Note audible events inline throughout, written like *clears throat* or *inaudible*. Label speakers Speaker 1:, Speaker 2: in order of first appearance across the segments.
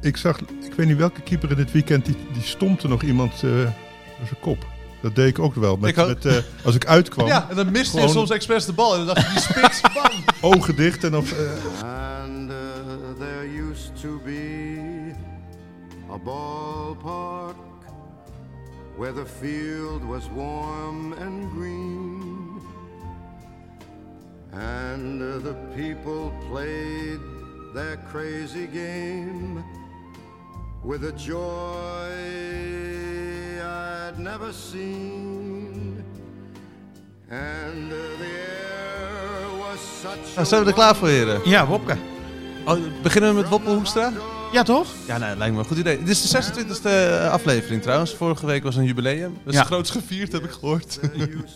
Speaker 1: Ik zag, ik weet niet welke keeper in dit weekend, die, die stompte nog iemand eh, door zijn kop. Dat deed ik ook wel. Met,
Speaker 2: Ik had-
Speaker 1: met, eh, als ik uitkwam,
Speaker 2: *laughs* Ja, en dan miste je
Speaker 1: Gewoon-
Speaker 2: soms expres de bal. En dan dacht je, die spits, *laughs* bam.
Speaker 1: ogen dicht en of... eh,
Speaker 3: And uh, there used to be a ballpark where the field was warm and green, and uh, the people played their crazy game with a joy I'd never seen. And uh, the air was such
Speaker 2: Nou,
Speaker 3: a
Speaker 2: zijn we er klaar voor, heren?
Speaker 4: Ja, Wopke.
Speaker 2: Oh, beginnen we met Woppel Hoekstra?
Speaker 4: Ja, toch?
Speaker 2: Ja, nou, lijkt me een goed idee. Dit is de 26e aflevering trouwens. Vorige week was een jubileum. Dat is
Speaker 4: Ja.
Speaker 2: groots gevierd, heb ik gehoord.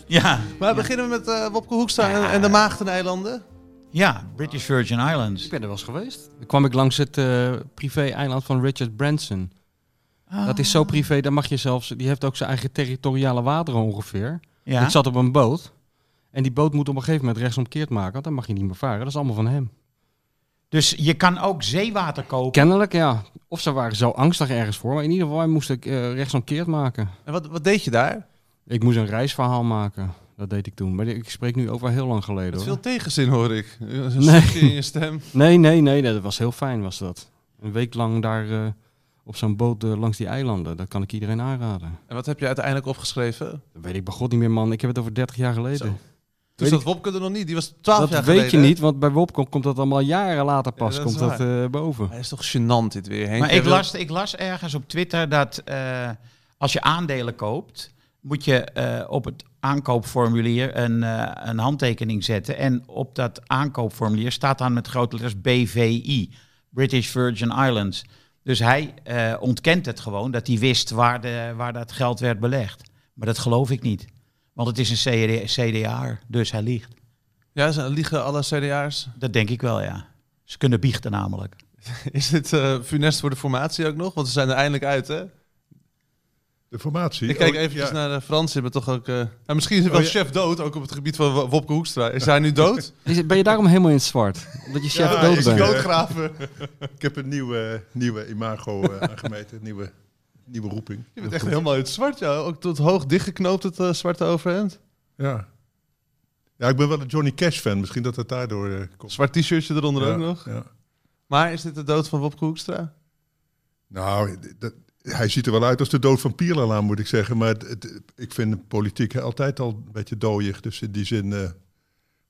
Speaker 4: Ja.
Speaker 2: Maar beginnen we met eh, Wopke Hoekstra en, en de Maagdeneilanden.
Speaker 4: Ja, British Virgin Islands.
Speaker 5: Ik ben er wel eens geweest. Dan kwam ik langs het eh, privé-eiland van Richard Branson. Dat is zo privé, daar mag je zelfs... Die heeft ook zijn eigen territoriale wateren ongeveer.
Speaker 4: Ja.
Speaker 5: Ik zat op een boot. En die boot moet op een gegeven moment rechtsomkeerd maken. Want dan mag je niet meer varen. Dat is allemaal van hem.
Speaker 4: Dus je kan ook zeewater kopen.
Speaker 5: Kennelijk, ja. Of ze waren zo angstig ergens voor. Maar in ieder geval, hij moest ik eh, rechtsomkeerd maken.
Speaker 2: En wat, wat deed je daar?
Speaker 5: Ik moest een reisverhaal maken. Dat deed ik toen. Maar ik spreek nu over heel lang geleden.
Speaker 2: Met
Speaker 5: hoor.
Speaker 2: veel tegenzin hoor ik. Een
Speaker 5: Nee.
Speaker 2: stukje in je stem.
Speaker 5: Nee, nee, nee, nee, dat was heel fijn, was dat. Een week lang daar eh, op zo'n boot eh, langs die eilanden, dat kan ik iedereen aanraden.
Speaker 2: En wat heb je uiteindelijk opgeschreven?
Speaker 5: Dat weet ik bij God niet meer, man. Ik heb het over 30 jaar geleden.
Speaker 2: Zo. Toen
Speaker 5: Weet
Speaker 2: zat
Speaker 5: ik-
Speaker 2: Wopke er nog niet. Die was 12
Speaker 5: dat
Speaker 2: jaar
Speaker 5: weet
Speaker 2: geleden.
Speaker 5: je
Speaker 2: hè?
Speaker 5: niet, want bij Wopcom komt dat allemaal jaren later pas
Speaker 2: dat is
Speaker 5: komt dat, eh, boven.
Speaker 2: Hij is toch gênant dit weer, Henk.
Speaker 4: Maar
Speaker 2: Jij
Speaker 4: ik
Speaker 2: wil-
Speaker 4: las, ik las ergens op Twitter dat eh, als je aandelen koopt, moet je eh, op het aankoopformulier een, eh, een handtekening zetten. En op dat aankoopformulier staat dan met grote letters BVI, British Virgin Islands. Dus hij eh, ontkent het gewoon, dat hij wist waar, de, waar dat geld werd belegd. Maar dat geloof ik niet. Want het is een CD, CDA, dus hij liegt.
Speaker 2: Ja, ze liegen alle CDA's.
Speaker 4: Dat denk ik wel, ja. Ze kunnen biechten namelijk.
Speaker 2: Is dit eh funest voor de formatie ook nog? Want ze zijn er eindelijk uit, hè?
Speaker 1: de formatie.
Speaker 2: Ik kijk
Speaker 1: Oh,
Speaker 2: eventjes
Speaker 1: ja.
Speaker 2: naar de Fransen, maar toch ook... eh, nou, misschien is er wel
Speaker 1: Oh, ja.
Speaker 2: chef dood, ook op het gebied van Wo- Wopke Hoekstra. Is hij nu
Speaker 1: *laughs*
Speaker 2: dood?
Speaker 5: Is het- ben je daarom helemaal in het zwart? Omdat je chef
Speaker 1: Ja,
Speaker 5: dood
Speaker 1: is
Speaker 5: bent?
Speaker 1: het dood?
Speaker 2: Doodgraven.
Speaker 1: *laughs* Ik heb een nieuwe, nieuwe imago eh, aangemeten, een nieuwe, nieuwe roeping.
Speaker 2: Je bent echt helemaal in het zwart, ja. Ook tot hoog dichtgeknoopt het eh, zwarte overhemd.
Speaker 1: Ja. ja, ik ben wel een Johnny Cash fan. Misschien dat het daardoor eh, komt.
Speaker 2: Zwart t-shirtje eronder
Speaker 1: Ja,
Speaker 2: ook nog.
Speaker 1: ja.
Speaker 2: Maar is dit de dood van Wopke Hoekstra? Eh,
Speaker 1: Nou, dat, hij ziet er wel uit als de dood van Pierlaan, moet ik zeggen. Maar het, het- ik vind politiek altijd al een beetje dooiig. Dus in die zin eh,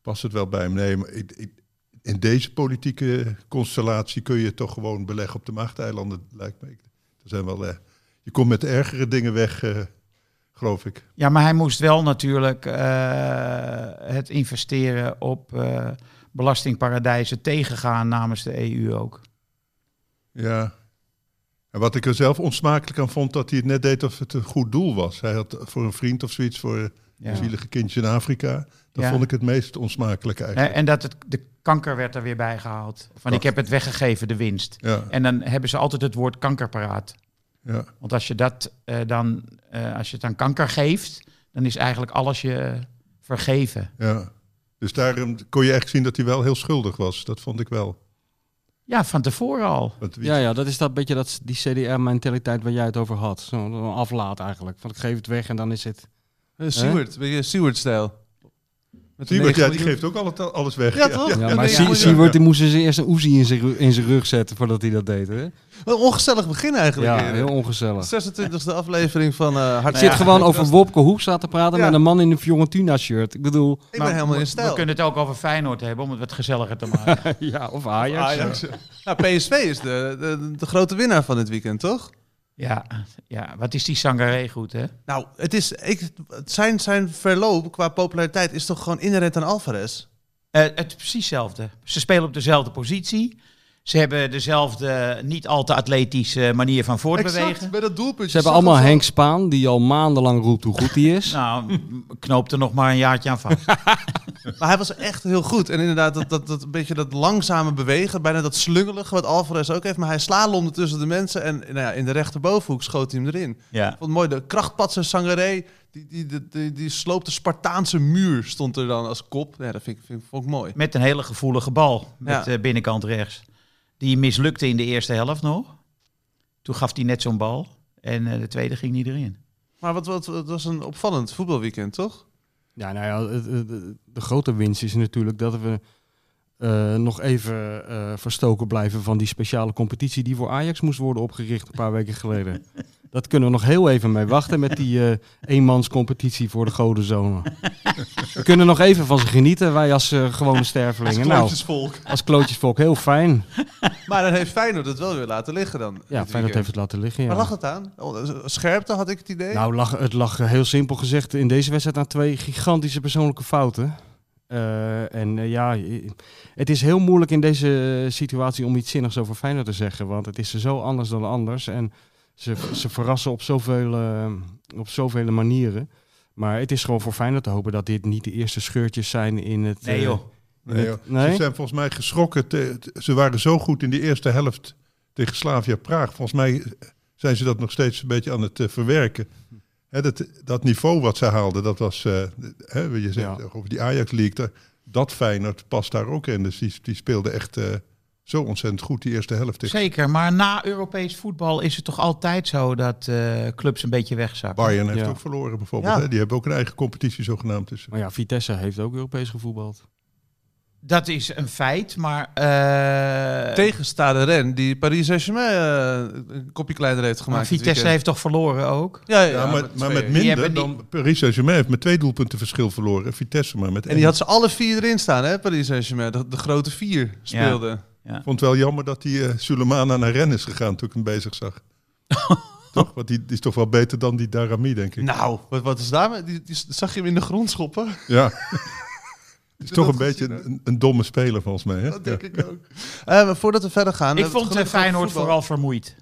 Speaker 1: past het wel bij hem. Nee, maar ik, ik- in deze politieke constellatie kun je toch gewoon beleggen op de machteilanden, lijkt me. Ik- Er zijn wel, eh, je komt met ergere dingen weg, eh, geloof ik.
Speaker 4: Ja, maar hij moest wel natuurlijk eh, het investeren op eh, belastingparadijzen tegengaan namens de EU ook.
Speaker 1: Ja. En wat ik er zelf onsmakelijk aan vond, dat hij het net deed of het een goed doel was. Hij had voor een vriend of zoiets, voor een
Speaker 4: Ja.
Speaker 1: zielige kindje in Afrika. Dat
Speaker 4: Ja.
Speaker 1: vond ik het meest onsmakelijk
Speaker 4: Eh,
Speaker 1: eigenlijk.
Speaker 4: En dat het, de kanker werd er weer bij gehaald. Van ik heb het weggegeven, de winst.
Speaker 1: Ja,
Speaker 4: En dan hebben ze altijd het woord kanker paraat.
Speaker 1: ja.
Speaker 4: Want als je, dat, eh, dan, eh, als je het aan kanker geeft, dan is eigenlijk alles je vergeven.
Speaker 1: Ja. Dus daarom kon je echt zien dat hij wel heel schuldig was. Dat vond ik wel.
Speaker 4: Ja, van tevoren al.
Speaker 1: Want wie-
Speaker 5: Ja, ja, dat is dat beetje dat, die CDR-mentaliteit waar jij het over had. Zo'n aflaat eigenlijk. Van ik geef het weg en dan is het...
Speaker 2: Eh, Seward, ben je Seward-stijl? Met de
Speaker 1: Siebert,
Speaker 2: negen
Speaker 1: ja, die
Speaker 2: miljoen.
Speaker 1: geeft ook al- alles weg.
Speaker 2: Ja, toch?
Speaker 5: Ja,
Speaker 2: Ja,
Speaker 5: maar
Speaker 2: nee,
Speaker 5: Sea-
Speaker 2: ja.
Speaker 5: Seaward, die moesten ze eerst een Uzi in zijn ru- in zijn rug zetten voordat hij dat deed. Hè?
Speaker 2: Wat een ongezellig begin eigenlijk.
Speaker 5: Ja,
Speaker 2: heren.
Speaker 5: heel Nou ongezellig.
Speaker 2: 26e aflevering van eh Hart-
Speaker 5: Ik zit
Speaker 2: Ja,
Speaker 5: gewoon
Speaker 2: ik
Speaker 5: over
Speaker 2: was-
Speaker 5: Wopke Hoekstra te praten
Speaker 2: Ja.
Speaker 5: met een man in een Fiorentina shirt. Ik
Speaker 2: *laughs*
Speaker 5: bedoel,
Speaker 2: Ik ben
Speaker 4: Maar
Speaker 2: helemaal
Speaker 4: we-
Speaker 2: in
Speaker 4: We
Speaker 2: stijl.
Speaker 4: kunnen het ook over Feyenoord hebben om het wat gezelliger te maken.
Speaker 5: ja, of Ajax.
Speaker 2: Ajax. Nou, PSV is de, de, de grote winnaar van dit weekend, toch?
Speaker 4: ja, ja, wat is die Sangaré goed, hè?
Speaker 2: Nou, het is, ik, het zijn, zijn verloop qua populariteit is toch gewoon inherent aan Alvarez?
Speaker 4: Eh, het is precies hetzelfde. Ze spelen op dezelfde positie. Ze hebben dezelfde niet al te atletische manier van voortbewegen.
Speaker 2: bij dat doelpuntje.
Speaker 5: Ze hebben
Speaker 2: zag
Speaker 5: allemaal
Speaker 2: het
Speaker 5: Henk Spaan, die al maandenlang roept hoe goed hij is.
Speaker 4: Nou, m- knoop er nog maar een jaartje aan vast.
Speaker 2: al. Maar hij was echt heel goed. En inderdaad, dat, dat, dat een beetje dat langzame bewegen, bijna dat slungelige wat Alvarez ook heeft. Maar hij slaalomde tussen de mensen en nou ja, in de rechterbovenhoek schoot hij hem erin.
Speaker 4: *laughs* Ja.
Speaker 2: Ik vond het mooi, de krachtpatser Sangaré, die, die, die, die, die sloopt de Spartaanse muur, stond er dan als kop. Ja, dat vind, ik- vind, ik- vond ik mooi.
Speaker 4: Met een hele gevoelige bal.
Speaker 2: Ja.
Speaker 4: Met eh, binnenkant rechts. Die mislukte in de eerste helft nog. Toen gaf hij net zo'n bal. En eh, de tweede ging niet erin.
Speaker 2: Maar wat, wat, het was een opvallend voetbalweekend, toch?
Speaker 5: Ja, nou ja, het- het- de, grote winst is natuurlijk dat we eh, nog even eh, verstoken blijven van die speciale competitie die voor Ajax moest worden opgericht een paar weken geleden. Dat kunnen we nog heel even mee wachten met die eh eenmanscompetitie voor de godenzonen. We kunnen nog even van ze genieten, wij als eh, gewone stervelingen. Nou,
Speaker 2: Klootjesvolk.
Speaker 5: als klootjesvolk, heel fijn.
Speaker 2: Maar dan heeft Feyenoord het wel weer laten liggen dan. dit
Speaker 5: Ja,
Speaker 2: weekend.
Speaker 5: Feyenoord heeft het laten liggen.
Speaker 2: Waar lag
Speaker 5: Ja.
Speaker 2: het aan? Oh, Scherpte had ik het idee.
Speaker 5: Nou, lag, het lag eh, heel simpel gezegd in deze wedstrijd aan twee gigantische persoonlijke fouten. Eh, en eh, ja, eh, het is heel moeilijk in deze eh, situatie om iets zinnigs over Feyenoord te zeggen. Want het is zo anders dan anders. En ze, ze verrassen op zoveel, eh, op zoveel manieren. Maar het is gewoon voor Feyenoord te hopen dat dit niet de eerste scheurtjes zijn in het...
Speaker 4: Nee
Speaker 5: eh,
Speaker 4: joh.
Speaker 1: Nee,
Speaker 5: Met-
Speaker 1: joh.
Speaker 5: nee?
Speaker 1: Ze zijn volgens mij geschrokken. te- te- ze waren zo goed in die eerste helft tegen Slavia Praag. Volgens mij zijn ze dat nog steeds een beetje aan het eh, verwerken. Hè, dat, dat niveau wat ze haalden, dat was... eh, hè, je zegt
Speaker 5: Ja.
Speaker 1: over die Ajax League. daar- dat Feyenoord past daar ook in. Dus die, die speelde echt eh, zo ontzettend goed die eerste helft. tegen
Speaker 4: Zeker, maar na Europees voetbal is het toch altijd zo dat eh, clubs een beetje wegzakken.
Speaker 1: Bayern heeft
Speaker 5: Ja.
Speaker 1: ook verloren bijvoorbeeld.
Speaker 2: Ja.
Speaker 1: Hè? Die hebben ook een eigen competitie zogenaamd. Dus
Speaker 5: Maar ja, Vitesse heeft ook Europees gevoetbald.
Speaker 4: Dat is een feit, maar... eh,
Speaker 2: Tegen Stade Rennes, die Paris Saint-Germain eh, een kopje kleiner heeft
Speaker 4: maar
Speaker 2: gemaakt. dit
Speaker 4: Vitesse
Speaker 2: weekend.
Speaker 4: heeft toch verloren ook?
Speaker 2: Ja, ja,
Speaker 1: Ja, maar, maar met
Speaker 2: 2-1.
Speaker 4: Die
Speaker 1: minder
Speaker 4: hebben die-
Speaker 1: dan Paris Saint-Germain heeft met twee doelpunten verschil verloren. En Vitesse maar met
Speaker 2: En die had ze alle vier erin staan, hè, Paris Saint-Germain. De, de grote vier speelden.
Speaker 1: Ik vond het wel jammer dat die eh Sulemana naar Rennes is gegaan toen ik hem bezig
Speaker 2: *laughs*
Speaker 1: zag. toch? Want die, die is toch wel beter dan die Darami, denk ik.
Speaker 2: Nou, wat, wat is daarmee? Die, die zag je hem in de grond schoppen.
Speaker 1: *laughs*
Speaker 2: *laughs*
Speaker 1: Ja. Het is
Speaker 2: je
Speaker 1: toch
Speaker 2: dat
Speaker 1: een beetje
Speaker 2: gezien, hè?
Speaker 1: een, een domme speler volgens mij. Hè?
Speaker 2: Dat denk ik ook. Eh, maar voordat we verder gaan...
Speaker 4: Ik
Speaker 2: eh,
Speaker 4: vond eh,
Speaker 2: gelukkig
Speaker 4: Feyenoord
Speaker 2: voetbal.
Speaker 4: vooral vermoeid.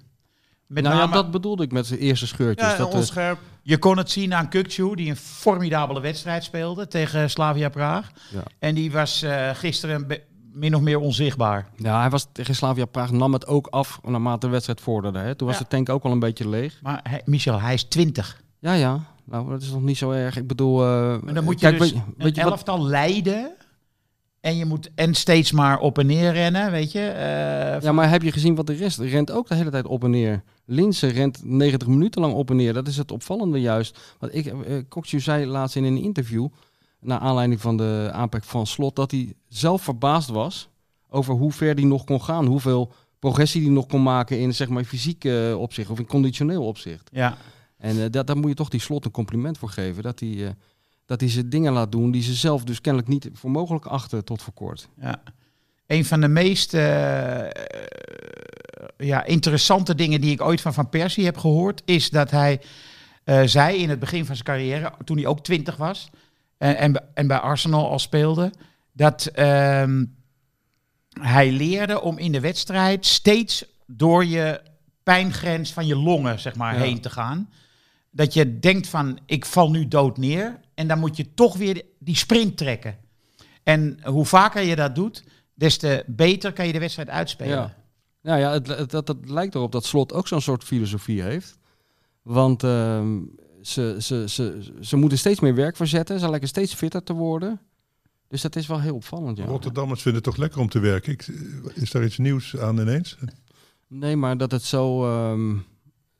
Speaker 4: Met
Speaker 5: nou
Speaker 4: name,
Speaker 5: ja, dat bedoelde ik met zijn eerste scheurtjes.
Speaker 2: Ja,
Speaker 5: dat, eh,
Speaker 2: onscherp.
Speaker 4: Je kon het zien aan Kukçu, die een formidabele wedstrijd speelde tegen Slavia Praag.
Speaker 5: Ja.
Speaker 4: En die was eh, gisteren be- min of meer onzichtbaar.
Speaker 5: Ja, hij was tegen Slavia Praag nam het ook af naarmate de wedstrijd vorderde. Hè. Toen was
Speaker 4: Ja.
Speaker 5: de tank ook al een beetje leeg.
Speaker 4: Maar hij- Michel, hij is 20.
Speaker 5: Ja, ja. Nou, dat is nog niet zo erg. Ik bedoel, eh,
Speaker 4: Maar dan moet je
Speaker 5: kijk,
Speaker 4: dus
Speaker 5: weet,
Speaker 4: een
Speaker 5: weet je wat?
Speaker 4: elftal leiden. En je moet en steeds maar op en neer rennen, weet je. eh,
Speaker 5: Ja, maar heb je gezien wat de rest rent ook de hele tijd op en neer? Linsen rent 90 minuten lang op en neer. Dat is het opvallende juist. Want ik, eh Kokju zei laatst in een interview, naar aanleiding van de aanpak van Slot, dat hij zelf verbaasd was over hoe ver hij nog kon gaan. Hoeveel progressie hij nog kon maken in zeg maar, fysiek eh, opzicht of in conditioneel opzicht.
Speaker 4: ja.
Speaker 5: En eh, dat, daar moet je toch die slot een compliment voor geven. Dat hij, eh, dat hij ze dingen laat doen die ze zelf dus kennelijk niet voor mogelijk achten tot voor kort.
Speaker 4: Ja. Een van de meest eh, eh, ja, interessante dingen die ik ooit van Van Persie heb gehoord, is dat hij eh, zei in het begin van zijn carrière, toen hij ook twintig was en, en, bij- en bij Arsenal al speelde, dat ehm, hij leerde om in de wedstrijd steeds door je pijngrens van je longen zeg maar,
Speaker 5: Ja.
Speaker 4: heen te gaan. Dat je denkt van, ik val nu dood neer. En dan moet je toch weer die sprint trekken. En hoe vaker je dat doet, des te beter kan je de wedstrijd uitspelen.
Speaker 5: Ja. Nou ja, het, het- dat, dat lijkt erop dat Slot ook zo'n soort filosofie heeft. Want ehm, ze, ze, ze, ze moeten steeds meer werk verzetten. Ze lijken steeds fitter te worden. Dus dat is wel heel opvallend, ja.
Speaker 1: Rotterdammers vinden het toch lekker om te werken. Ik, eh, is daar iets nieuws aan ineens?
Speaker 5: Nee, maar dat het zo, ehm,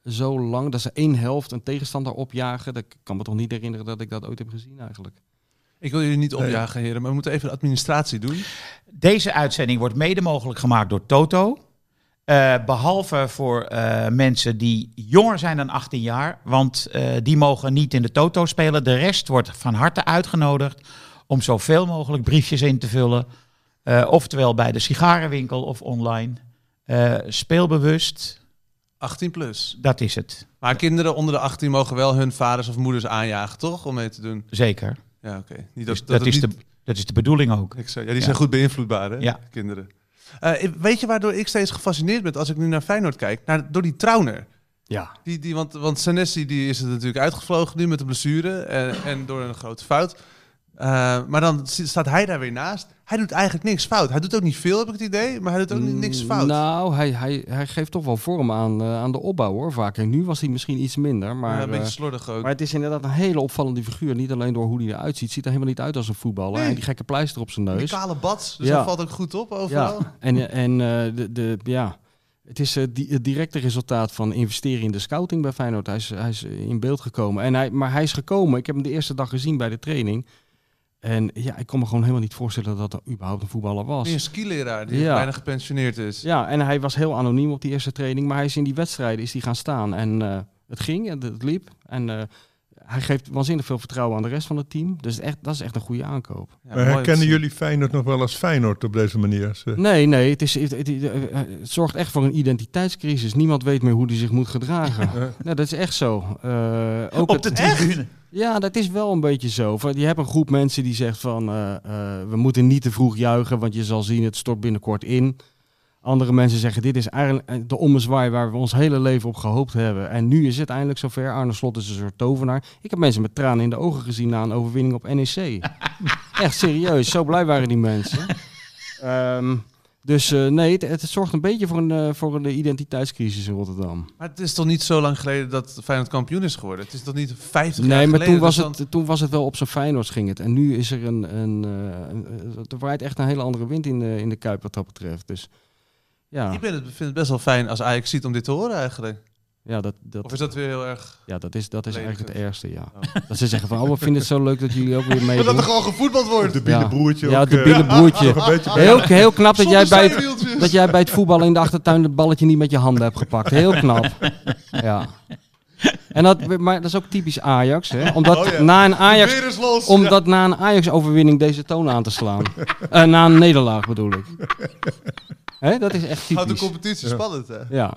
Speaker 5: zo lang, dat ze één helft een tegenstander opjagen. Dat ik kan me toch niet herinneren dat ik dat ooit heb gezien eigenlijk.
Speaker 2: Ik wil jullie niet opjagen, heren, maar we moeten even de administratie doen.
Speaker 4: Deze uitzending wordt mede mogelijk gemaakt door Toto. Eh, behalve voor eh, mensen die jonger zijn dan 18 jaar, want eh, die mogen niet in de Toto spelen. De rest wordt van harte uitgenodigd om zoveel mogelijk briefjes in te vullen. Eh, oftewel bij de sigarenwinkel of online. Eh, speelbewust,
Speaker 2: 18 plus.
Speaker 4: dat is het.
Speaker 2: Maar kinderen onder de 18 mogen wel hun vaders of moeders aanjagen, toch? Om mee te doen.
Speaker 4: Zeker.
Speaker 2: Ja, oké. Niet
Speaker 4: Dus
Speaker 2: dat,
Speaker 4: dat,
Speaker 2: het
Speaker 4: is
Speaker 2: niet-
Speaker 4: de, dat is de bedoeling ook.
Speaker 2: Ik zei, ja, die zijn goed beïnvloedbaar, hè?
Speaker 4: Ja.
Speaker 2: Kinderen. Eh, ik- weet je waardoor ik steeds gefascineerd ben als ik nu naar Feyenoord kijk? Naar, door die Trauner.
Speaker 5: Ja.
Speaker 2: Die, die, want want Senesi die is er natuurlijk uitgevlogen nu met de blessure en, en door een grote fout. Eh, maar dan zi- staat hij daar weer naast. Hij doet eigenlijk niks fout. Hij doet ook niet veel, heb ik het idee, maar hij doet ook niet, niks
Speaker 5: Mm,
Speaker 2: fout.
Speaker 5: Nou, hij, hij, hij geeft toch wel vorm aan, eh, aan de opbouw hoor, vaak. En nu was hij misschien iets minder, maar,
Speaker 2: Ja, een beetje
Speaker 5: eh,
Speaker 2: slordig ook.
Speaker 5: maar het is inderdaad een hele opvallende figuur. Niet alleen door hoe hij eruit ziet. Ziet er helemaal niet uit als een voetballer.
Speaker 2: Nee.
Speaker 5: En die gekke pleister op zijn
Speaker 2: Die
Speaker 5: neus.
Speaker 2: kale bats, dus
Speaker 5: Ja.
Speaker 2: dat valt ook goed op overal.
Speaker 5: Ja, en, en eh, de, de, ja. Het is eh, di- het directe resultaat van investeren in de scouting bij Feyenoord. Hij is, hij is in beeld gekomen. En hij, maar hij is gekomen. Ik heb hem de eerste dag gezien bij de training. En ja, ik kon me gewoon helemaal niet voorstellen dat dat überhaupt een voetballer was.
Speaker 2: Meer een skileraar die
Speaker 5: Ja.
Speaker 2: bijna gepensioneerd is.
Speaker 5: Ja, en hij was heel anoniem op die eerste training. Maar hij is in die wedstrijden is die gaan staan. En eh, het ging, en het liep. En eh, hij geeft waanzinnig veel vertrouwen aan de rest van het team. Dus echt, dat is echt een goede aankoop.
Speaker 2: Ja,
Speaker 1: maar
Speaker 2: mooi om te
Speaker 1: herkennen
Speaker 2: zien.
Speaker 1: jullie Feyenoord nog wel als Feyenoord op deze manier? eh, Ze-
Speaker 5: Nee, nee, het, is, het, het- het- het zorgt echt voor een identiteitscrisis. Niemand weet meer hoe hij zich moet gedragen.
Speaker 1: Eh,
Speaker 5: nou, dat is echt zo. Eh, ook
Speaker 4: Op
Speaker 5: het-
Speaker 4: de tribune.
Speaker 5: Ja, dat is wel een beetje zo. Van, Je hebt een groep mensen die zegt van... eh, eh, we moeten niet te vroeg juichen, want je zal zien, het stort binnenkort in. Andere mensen zeggen, dit is eigenlijk eh, de ommezwaai waar we ons hele leven op gehoopt hebben. En nu is het eindelijk zover. Arne Slot is een soort tovenaar. Ik heb mensen met tranen in de ogen gezien na een overwinning op NEC. Echt serieus, zo blij waren die mensen. Ehm, dus eh, nee, het, het zorgt een beetje voor een, eh, voor een identiteitscrisis in Rotterdam.
Speaker 2: *laughs* Maar het is toch niet zo lang geleden dat Feyenoord kampioen is geworden? Het is toch niet 50 jaar
Speaker 5: Nee, maar
Speaker 2: geleden?
Speaker 5: toen was,
Speaker 2: Dus dan-
Speaker 5: het, toen was het wel op zijn Feyenoords ging het. En nu is er een... een, eh, een- eh, er waait echt een hele andere wind in de, in de Kuip wat dat betreft. Dus ja,
Speaker 2: Ik ben het, vind het best wel fijn als Ajax ziet om dit te horen eigenlijk.
Speaker 5: ja, dat,
Speaker 2: Of
Speaker 5: dat,
Speaker 2: is dat weer heel erg...
Speaker 5: ja, dat is, dat is
Speaker 2: Lelijk.
Speaker 5: eigenlijk het ergste, ja. *laughs* Dat ze zeggen van, oh, we vinden het zo leuk dat jullie
Speaker 1: *laughs*
Speaker 5: ook weer meedoen.
Speaker 2: gewoon gevoetbald
Speaker 1: Het debiele
Speaker 5: Ja.
Speaker 1: broertje.
Speaker 5: Ja,
Speaker 1: ook,
Speaker 5: het
Speaker 1: eh,
Speaker 5: debiele broertje.
Speaker 1: nog *laughs* een beetje bij-
Speaker 5: Heel, heel knap dat jij, bij het,
Speaker 2: het...
Speaker 5: dat jij bij het voetballen in de achtertuin het balletje niet met je handen hebt gepakt. Heel
Speaker 1: *laughs*
Speaker 5: knap. Ja. En dat, maar dat is ook typisch Ajax,
Speaker 1: *laughs*
Speaker 5: hè? Omdat
Speaker 1: Oh, ja.
Speaker 5: na een Ajax
Speaker 2: is los!
Speaker 5: om dat na een Ajax-overwinning deze toon aan te slaan. Eh, na een nederlaag bedoel ik. Hè, dat is echt
Speaker 2: Houdt de
Speaker 5: typisch.
Speaker 2: competitie
Speaker 1: Ja.
Speaker 2: spannend, hè?
Speaker 4: *laughs*
Speaker 5: Ja.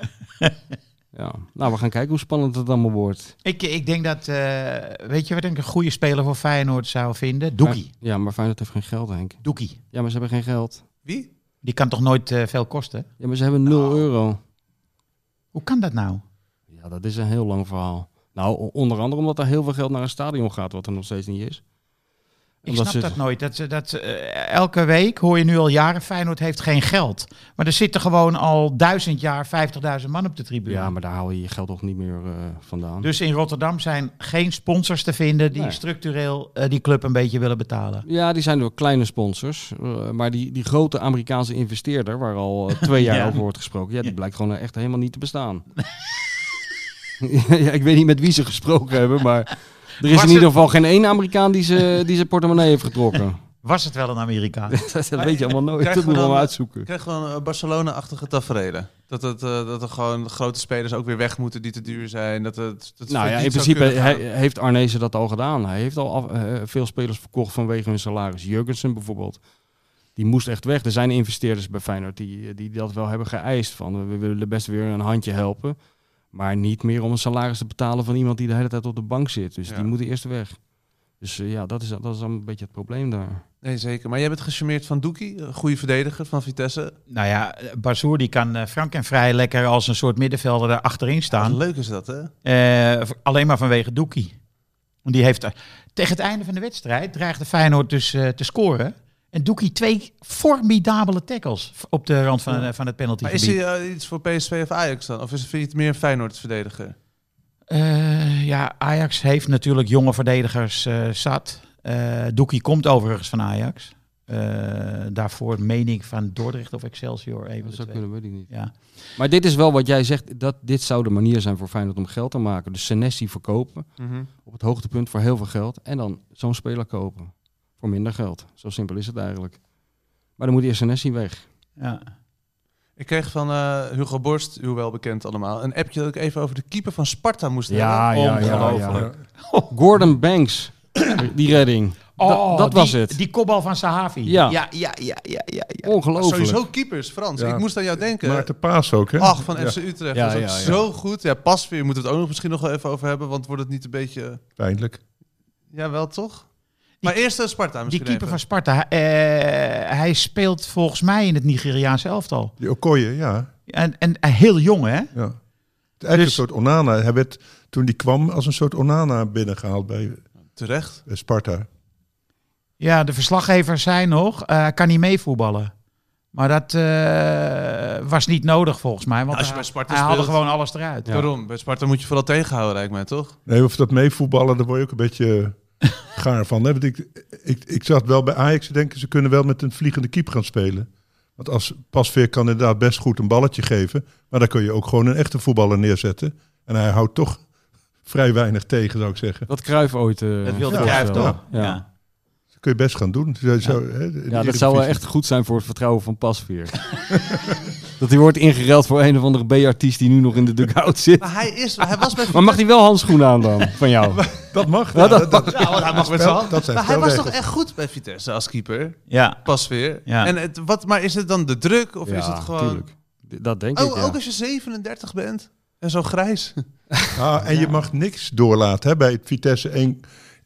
Speaker 5: ja. Nou, we gaan kijken hoe spannend het allemaal wordt.
Speaker 4: Ik, ik denk dat, eh, weet je wat ik een goede speler voor Feyenoord zou vinden? Doekie.
Speaker 5: Maar- Ja, maar Feyenoord heeft geen geld, Henk.
Speaker 4: Doekie.
Speaker 5: Ja, maar ze hebben geen geld.
Speaker 2: Wie?
Speaker 4: Die kan toch nooit eh, veel kosten?
Speaker 5: Ja, maar ze hebben 0
Speaker 4: Nou.
Speaker 5: euro.
Speaker 4: Hoe kan dat nou?
Speaker 5: Ja, dat is een heel lang verhaal. Nou, o- onder andere omdat er heel veel geld naar een stadion gaat, wat er nog steeds niet is.
Speaker 4: Ik
Speaker 5: Omdat
Speaker 4: snap
Speaker 5: ze-
Speaker 4: dat nooit. Dat, ze- dat, ze, eh, elke week hoor je nu al jaren, Feyenoord heeft geen geld. Maar er zitten gewoon al duizend jaar 50.000 man op de tribune.
Speaker 5: Ja, maar daar haal je je geld toch niet meer eh, vandaan.
Speaker 4: Dus in Rotterdam zijn geen sponsors te vinden die
Speaker 5: Nee.
Speaker 4: structureel eh, die club een beetje willen betalen.
Speaker 5: Ja, die zijn door kleine sponsors. eh, maar die, die grote Amerikaanse investeerder, waar al eh, twee jaar
Speaker 4: Ja.
Speaker 5: over wordt gesproken, ja, die blijkt gewoon eh, echt helemaal niet te bestaan. *laughs* ja, ik weet niet met wie ze gesproken hebben, maar er
Speaker 4: Was
Speaker 5: is in
Speaker 4: het-
Speaker 5: ieder geval geen één Amerikaan die ze, die zijn portemonnee heeft getrokken.
Speaker 4: Was het wel een Amerikaan?
Speaker 5: *laughs* dat weet je allemaal nooit.
Speaker 2: Krijgen we
Speaker 5: Dat moeten we
Speaker 2: dan-
Speaker 5: maar uitzoeken.
Speaker 2: Ik krijg gewoon eh, Barcelona-achtige tafereelen. Dat, het, eh, dat er gewoon grote spelers ook weer weg moeten die te duur zijn. Dat het, dat
Speaker 5: Nou
Speaker 2: het
Speaker 5: ja,
Speaker 2: niet
Speaker 5: in
Speaker 2: zou
Speaker 5: principe
Speaker 2: kunnen
Speaker 5: he-
Speaker 2: gaan.
Speaker 5: heeft Arnezen dat al gedaan. Hij heeft al af- eh, veel spelers verkocht vanwege hun salaris. Jurgensen bijvoorbeeld. Die moest echt weg. Er zijn investeerders bij Feyenoord die, die dat wel hebben geëist. Van, we willen best weer een handje helpen. Maar niet meer om een salaris te betalen van iemand die de hele tijd op de bank zit. Dus
Speaker 2: Ja.
Speaker 5: die moeten eerst weg. Dus eh, ja, dat is, dat is dan een beetje het probleem daar.
Speaker 2: Nee, zeker. Maar jij bent gecharmeerd van Doekie, een goede verdediger van Vitesse.
Speaker 4: nou ja, Bazoer die kan eh, frank en vrij lekker als een soort middenvelder daar achterin
Speaker 2: Wat
Speaker 4: staan.
Speaker 2: leuk is dat, hè?
Speaker 4: Eh, v- alleen maar vanwege Doekie. Want Die heeft, eh, tegen het einde van de wedstrijd dreigde Feyenoord dus eh, te scoren. En Doekie twee formidabele tackles v- op de rand van, eh, van het penalty.
Speaker 2: Maar is hij eh, iets voor PSV of Ajax dan? Of is, vind je het meer een Feyenoord verdediger?
Speaker 4: Eh, ja, Ajax heeft natuurlijk jonge verdedigers eh, zat. Eh Doekie komt overigens van Ajax. Eh, daarvoor meen ik van Dordrecht of Excelsior. Even
Speaker 5: Dat
Speaker 4: de
Speaker 5: zou
Speaker 4: twee.
Speaker 5: kunnen, weet ik niet.
Speaker 4: Ja.
Speaker 5: Maar dit is wel wat jij zegt. Dat, dit zou de manier zijn voor Feyenoord om geld te maken. Dus Senesi verkopen. op het hoogtepunt voor heel veel geld. En dan zo'n speler kopen. Voor minder geld. Zo simpel is het eigenlijk. Maar dan moet eerst Senesi weg.
Speaker 4: Ja.
Speaker 2: Ik kreeg van eh, Hugo Borst, u wel bekend allemaal, een appje dat ik even over de keeper van Sparta moest hebben.
Speaker 4: ja, ja,
Speaker 2: Ongelooflijk.
Speaker 5: Gordon Banks. Die redding.
Speaker 4: Oh,
Speaker 5: dat
Speaker 4: die-
Speaker 5: was het.
Speaker 4: Die kopbal van Sahavi.
Speaker 5: Ja.
Speaker 4: ja, ja, ja, ja. ja, ja.
Speaker 5: Ongelooflijk.
Speaker 2: Sowieso keepers, Frans.
Speaker 1: Ja.
Speaker 2: Ik moest aan jou
Speaker 5: eh,
Speaker 2: denken.
Speaker 1: Maarten Paas ook, hè?
Speaker 5: Ah.
Speaker 2: Ach, van
Speaker 1: Ja,
Speaker 2: FC Utrecht.
Speaker 5: Ja,
Speaker 2: dat is ook
Speaker 5: ja, ja.
Speaker 2: zo goed. Ja, Pasveer moeten we het ook nog misschien nog wel even over hebben. Want wordt het niet een beetje...
Speaker 1: Pijnlijk.
Speaker 2: Ja, wel toch? Maar eerst eh, Sparta
Speaker 4: Die
Speaker 2: misschien
Speaker 4: keeper
Speaker 2: even.
Speaker 4: van Sparta, eh, hij speelt volgens mij in het Nigeriaanse elftal.
Speaker 1: Die Okoye, ja.
Speaker 4: En, en en heel jong, hè?
Speaker 1: ja. Eigenlijk
Speaker 4: Dus-
Speaker 1: een soort Onana. Hij werd toen die kwam als een soort Onana binnengehaald bij
Speaker 2: Terecht.
Speaker 1: eh, Sparta.
Speaker 4: Ja, de verslaggevers zijn nog, eh, kan niet meevoetballen. Maar dat eh, was niet nodig volgens mij, want
Speaker 2: Als je
Speaker 4: hij,
Speaker 2: bij Sparta
Speaker 4: hij haalde
Speaker 2: speelt-
Speaker 4: gewoon alles eruit.
Speaker 5: Ja.
Speaker 2: Waarom? Bij Sparta moet je vooral tegenhouden, lijkt mij, toch?
Speaker 1: Nee, of dat meevoetballen, daar word je ook een
Speaker 5: *laughs*
Speaker 1: beetje gaar van. Hè? Want ik, ik, ik zat wel bij Ajax te denken, ze kunnen wel met een vliegende keep gaan spelen. Want als Pasveer kan inderdaad best goed een balletje geven. Maar dan kun je ook gewoon een echte voetballer neerzetten. En hij houdt toch *laughs* vrij weinig tegen, zou ik zeggen.
Speaker 5: Wat Cruijff ooit... eh,
Speaker 4: Dat wilde
Speaker 1: ja,
Speaker 4: Cruijff
Speaker 5: voorstelde.
Speaker 4: toch?
Speaker 5: Ja. Ja.
Speaker 4: Ja.
Speaker 1: Dat kun je best gaan doen. Zo, zo, hè, in de
Speaker 5: dat zou wel
Speaker 1: Eredivisie.
Speaker 5: echt goed zijn voor het vertrouwen van Pasveer. dat hij wordt ingereld voor een of andere B-artiest die nu nog in de dugout zit.
Speaker 2: Maar hij, is, hij was bij
Speaker 5: Maar mag hij wel handschoenen aan dan, van jou?
Speaker 1: Dat mag.
Speaker 5: Ja, dat
Speaker 2: Ja, want hij mag met z'n
Speaker 1: spel-
Speaker 2: hand.
Speaker 1: dat zijn
Speaker 2: Maar hij was toch
Speaker 1: spelregels.
Speaker 2: echt goed bij Vitesse als keeper?
Speaker 4: Ja.
Speaker 2: Pas weer.
Speaker 4: Ja.
Speaker 2: En het, wat, maar is het dan de druk of
Speaker 5: Ja,
Speaker 2: is het gewoon...
Speaker 5: tuurlijk. D- Dat denk ik,
Speaker 2: Oh,
Speaker 5: ja.
Speaker 2: ook als je 37 bent en
Speaker 1: *laughs*
Speaker 2: zo grijs.
Speaker 1: Ah, en je mag niks doorlaten. Hè? Bij het Vitesse één,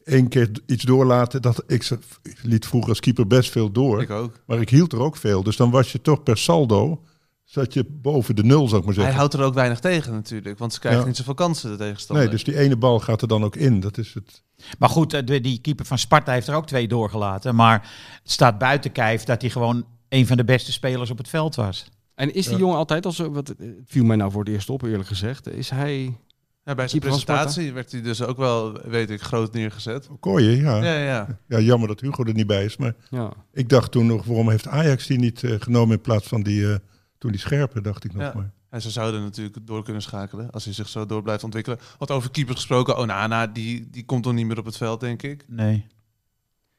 Speaker 1: één keer d- iets doorlaten. Dat, ik, z- ik liet vroeger als keeper best veel door.
Speaker 2: Ik ook.
Speaker 1: maar ik hield er ook veel. Dus dan was je toch per saldo... zat je boven de nul, zou ik maar
Speaker 2: Hij
Speaker 1: zeggen.
Speaker 2: houdt er ook weinig tegen natuurlijk, want ze krijgen
Speaker 1: Ja.
Speaker 2: niet zoveel kansen de tegenstander.
Speaker 1: nee, dus die ene bal gaat er dan ook in. Dat is het.
Speaker 4: Maar goed, eh, de- die keeper van Sparta heeft er ook twee doorgelaten. Maar het staat buiten kijf dat hij gewoon een van de beste spelers op het veld was.
Speaker 5: En is die
Speaker 1: Ja.
Speaker 5: jongen altijd al zo... Wat, eh, viel mij nou voor het eerst op, eerlijk gezegd. Is hij...
Speaker 2: Ja, bij zijn
Speaker 5: Keeper van Sparta.
Speaker 2: presentatie werd hij dus ook wel, weet ik, groot neergezet.
Speaker 1: Kooien, ja.
Speaker 2: Ja,
Speaker 1: ja.
Speaker 2: ja, ja. *laughs*
Speaker 1: Jammer dat Hugo er niet bij is. Maar
Speaker 5: Ja.
Speaker 1: ik dacht toen nog, waarom heeft Ajax die niet eh, genomen... in plaats van die, eh, toen die scherpe, dacht ik nog
Speaker 2: Ja.
Speaker 1: maar.
Speaker 2: En ze zouden natuurlijk door kunnen schakelen als hij zich zo door blijft ontwikkelen. Want over keepers gesproken, Onana, die, die komt dan niet meer op het veld, denk ik.
Speaker 4: Nee.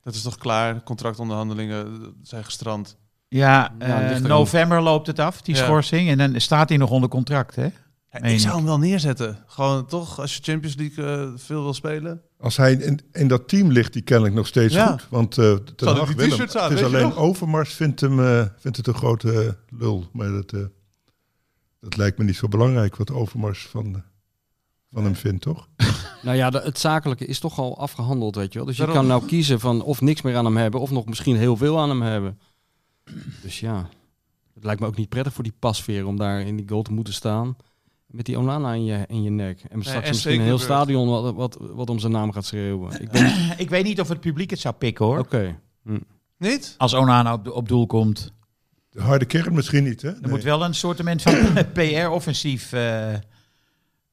Speaker 2: Dat is toch klaar? Contractonderhandelingen eh, zijn gestrand.
Speaker 4: Ja,
Speaker 5: Ja, het
Speaker 4: eh,
Speaker 5: ligt eraan.
Speaker 4: november loopt het af, die
Speaker 2: Ja.
Speaker 4: schorsing. En dan staat hij nog onder contract, hè?
Speaker 2: Ja,
Speaker 4: Meen
Speaker 2: ik
Speaker 4: ik.
Speaker 2: zou hem wel neerzetten. Gewoon toch, als je Champions League eh, veel wil spelen.
Speaker 1: Als hij in, in dat team ligt, die kennelijk nog steeds
Speaker 2: Ja.
Speaker 1: goed. Want eh Ten
Speaker 2: Zal hij
Speaker 1: Hag
Speaker 2: die
Speaker 1: wil hem.
Speaker 2: t-shirts aan,
Speaker 1: Het is
Speaker 2: weet je
Speaker 1: alleen
Speaker 2: nog?
Speaker 1: Overmars vindt, hem, eh, vindt het een grote eh, lul. Maar dat, eh, dat lijkt me niet zo belangrijk wat Overmars van, van hem vindt, toch?
Speaker 5: Nou ja, de- het zakelijke is toch al afgehandeld, weet je wel. Dus je
Speaker 2: Daarom.
Speaker 5: kan nou kiezen van of niks meer aan hem hebben... of nog misschien heel veel aan hem hebben. Dus ja, het lijkt me ook niet prettig voor die pasveer... om daar in die goal te moeten staan... met die Onana in je, in je nek. En straks
Speaker 2: en
Speaker 5: misschien een heel
Speaker 2: Stekelenburg.
Speaker 5: stadion wat, wat, wat om zijn naam gaat schreeuwen. Ik denk,
Speaker 4: Ik weet niet of het publiek het zou pikken, hoor.
Speaker 5: oké.
Speaker 2: Niet?
Speaker 4: Als Onana op, op doel komt. Er
Speaker 1: De harde kern misschien niet, hè? Nee.
Speaker 4: moet wel een soortement *clears throat* van PR-offensief, eh,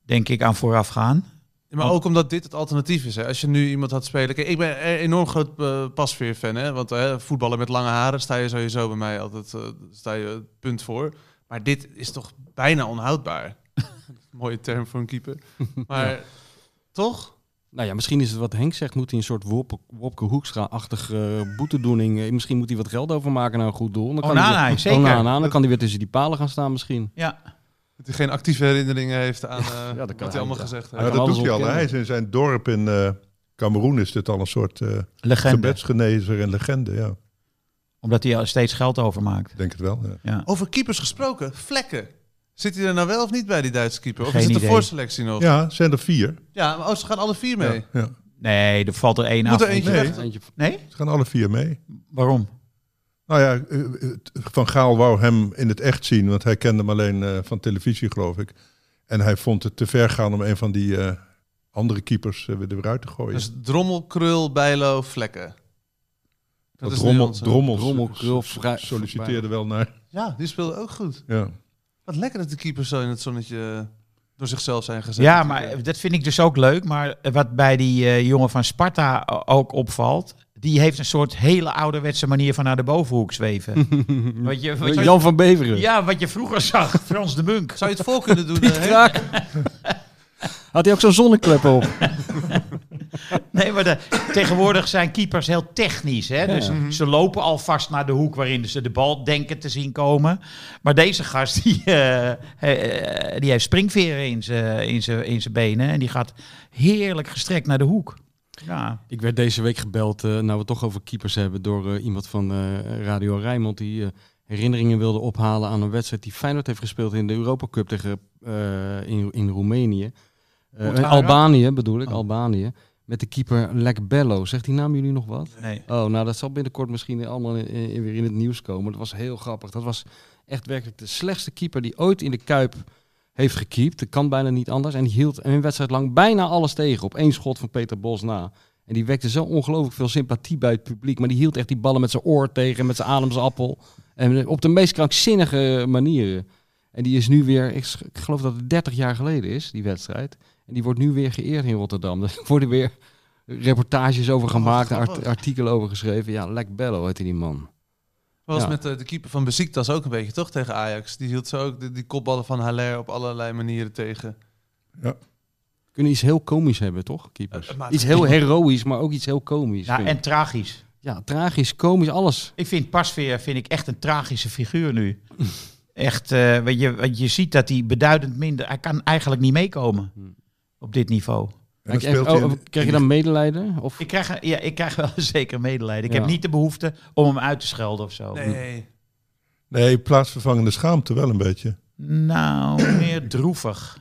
Speaker 4: denk ik, aan vooraf gaan.
Speaker 2: Ja, Maar ook omdat dit het alternatief is. Hè. Als je nu iemand had spelen... Kijk, ik ben een enorm groot eh, Pasveer-fan. Hè? Want eh, voetballen met lange haren sta je sowieso bij mij altijd eh, sta je het punt voor. Maar dit is toch bijna onhoudbaar. *laughs* Mooie term voor een keeper. Maar toch?
Speaker 5: Nou ja, misschien is het wat Henk zegt. Moet hij een soort Wop- Wopke Hoekstra-achtige eh, boetedoening... eh, misschien moet hij wat geld overmaken naar een goed doel. Dan kan
Speaker 4: Onana,
Speaker 5: hij weer,
Speaker 4: zeker.
Speaker 5: Onana, dan kan hij weer tussen die palen gaan staan misschien.
Speaker 4: Ja,
Speaker 2: Dat hij geen actieve herinneringen heeft aan eh,
Speaker 5: dat
Speaker 2: wat
Speaker 5: kan
Speaker 2: hij
Speaker 5: hij,
Speaker 2: allemaal
Speaker 5: ja.
Speaker 2: gezegd
Speaker 1: Nou,
Speaker 2: heeft.
Speaker 5: kan
Speaker 1: dat
Speaker 5: alles
Speaker 1: doet hij al. hè.
Speaker 5: ontkennen.
Speaker 1: Hij is in zijn dorp in eh Cameroen is dit al een soort eh
Speaker 4: legende.
Speaker 1: gebedsgenezer en legende. Ja,
Speaker 4: Omdat hij al steeds geld overmaakt.
Speaker 1: ik denk het wel. Ja.
Speaker 4: Ja.
Speaker 2: Over keepers gesproken, vlekken. Zit hij er nou wel of niet bij, die Duitse keeper? Of
Speaker 4: Geen
Speaker 2: is het de
Speaker 4: idee.
Speaker 2: voorselectie nog? Ja,
Speaker 1: ja, zijn er vier.
Speaker 2: maar oh, ze gaan alle vier mee.
Speaker 1: Ja, ja.
Speaker 4: Nee, er valt er één
Speaker 2: Moet
Speaker 4: af.
Speaker 2: er eentje
Speaker 1: Nee.
Speaker 2: weg.
Speaker 5: Eentje-
Speaker 4: Nee?
Speaker 1: Ze gaan alle vier mee.
Speaker 4: Waarom?
Speaker 1: Nou ja, eh, eh, Van Gaal wou hem in het echt zien, want hij kende hem alleen eh, van televisie, geloof ik. En hij vond het te ver gaan om een van die eh, andere keepers eh, weer eruit te gooien.
Speaker 2: Dus drommel, krul, bijlo, vlekken.
Speaker 1: dat
Speaker 2: is
Speaker 1: drommel,
Speaker 2: Nederlandse.
Speaker 1: drommels
Speaker 5: Rommel, Krul, Vrij- *laughs*
Speaker 1: solliciteerde wel naar.
Speaker 2: Ja, die speelde ook goed.
Speaker 1: Ja.
Speaker 2: Wat lekker dat de keepers zo in het zonnetje door zichzelf zijn gezet.
Speaker 4: Ja, maar dat vind ik dus ook leuk. Maar wat bij die eh, jongen van Sparta o- ook opvalt... die heeft een soort hele ouderwetse manier van naar de bovenhoek zweven. wat je, wat je,
Speaker 5: Jan van Beveren. *laughs*
Speaker 4: ja, wat je vroeger zag, Frans de Munk.
Speaker 2: Zou je het voor kunnen doen?
Speaker 5: Piet
Speaker 2: eh, Henk?
Speaker 5: Kraak. Had hij ook zo'n zonneklep op?
Speaker 4: Nee, maar de- tegenwoordig zijn keepers heel technisch. Hè? Dus ze lopen alvast naar de hoek waarin ze de bal denken te zien komen. Maar deze gast, die, eh, eh, die heeft springveren in zijn in zijn- in zijn benen. En die gaat heerlijk gestrekt naar de hoek. Ja,
Speaker 5: Ik werd deze week gebeld, eh, nou we het toch over keepers hebben, door eh, iemand van eh, Radio Rijnmond die eh, herinneringen wilde ophalen aan een wedstrijd die Feyenoord heeft gespeeld in de Europa Cup tegen, eh, in, in Roemenië. Eh,
Speaker 4: Hoe het
Speaker 5: in
Speaker 4: waren dat?
Speaker 5: Albanië bedoel ik,
Speaker 4: Oh.
Speaker 5: Albanië. Met de keeper Lek Bello. Zegt die naam jullie nog wat?
Speaker 4: nee.
Speaker 5: Oh, nou dat zal binnenkort misschien allemaal in- in- weer in het nieuws komen. Dat was heel grappig. Dat was echt werkelijk de slechtste keeper die ooit in de Kuip heeft gekiept. Dat kan bijna niet anders. En die hield een wedstrijd lang bijna alles tegen. Op één schot van Peter Bos na. En die wekte zo ongelooflijk veel sympathie bij het publiek. Maar die hield echt die ballen met zijn oor tegen, met zijn ademsappel. En op de meest krankzinnige manieren. En die is nu weer, ik sch- ik geloof dat het 30 jaar geleden is, die wedstrijd. En die wordt nu weer geëerd in Rotterdam. *laughs* Er worden weer reportages over
Speaker 2: wat
Speaker 5: gemaakt, en
Speaker 2: grappig.
Speaker 5: art- artikelen over geschreven. Ja, Lek Bello heette die man.
Speaker 2: was
Speaker 5: Ja.
Speaker 2: met eh, de keeper van Besiktas ook een beetje, toch? Tegen Ajax. Die hield zo ook de- die kopballen van Haller op allerlei manieren tegen.
Speaker 5: Kunnen iets heel komisch hebben, toch, keepers?
Speaker 2: Eh, maar-
Speaker 5: iets heel heroïs, maar ook iets heel komisch.
Speaker 4: Ja,
Speaker 5: vind
Speaker 4: en
Speaker 5: ik.
Speaker 4: tragisch.
Speaker 5: ja tragisch, komisch, alles.
Speaker 4: Ik vind Pasveer vind ik echt een tragische figuur nu. Echt, eh, want, je, want je ziet dat hij beduidend minder... Hij kan eigenlijk niet meekomen
Speaker 5: Hmm.
Speaker 4: op dit niveau.
Speaker 1: En
Speaker 5: Ik-
Speaker 1: dan speelt hij
Speaker 5: oh,
Speaker 1: in-
Speaker 5: krijg je
Speaker 1: in-
Speaker 5: dan medelijden? Of,
Speaker 4: Ik krijg, ja, ik krijg wel *laughs* zeker medelijden. Ik
Speaker 5: Ja.
Speaker 4: heb niet de behoefte om hem uit te schelden of zo.
Speaker 2: Nee.
Speaker 1: Nee, plaatsvervangende schaamte wel een beetje.
Speaker 2: *clears throat*
Speaker 4: Nou, meer droevig.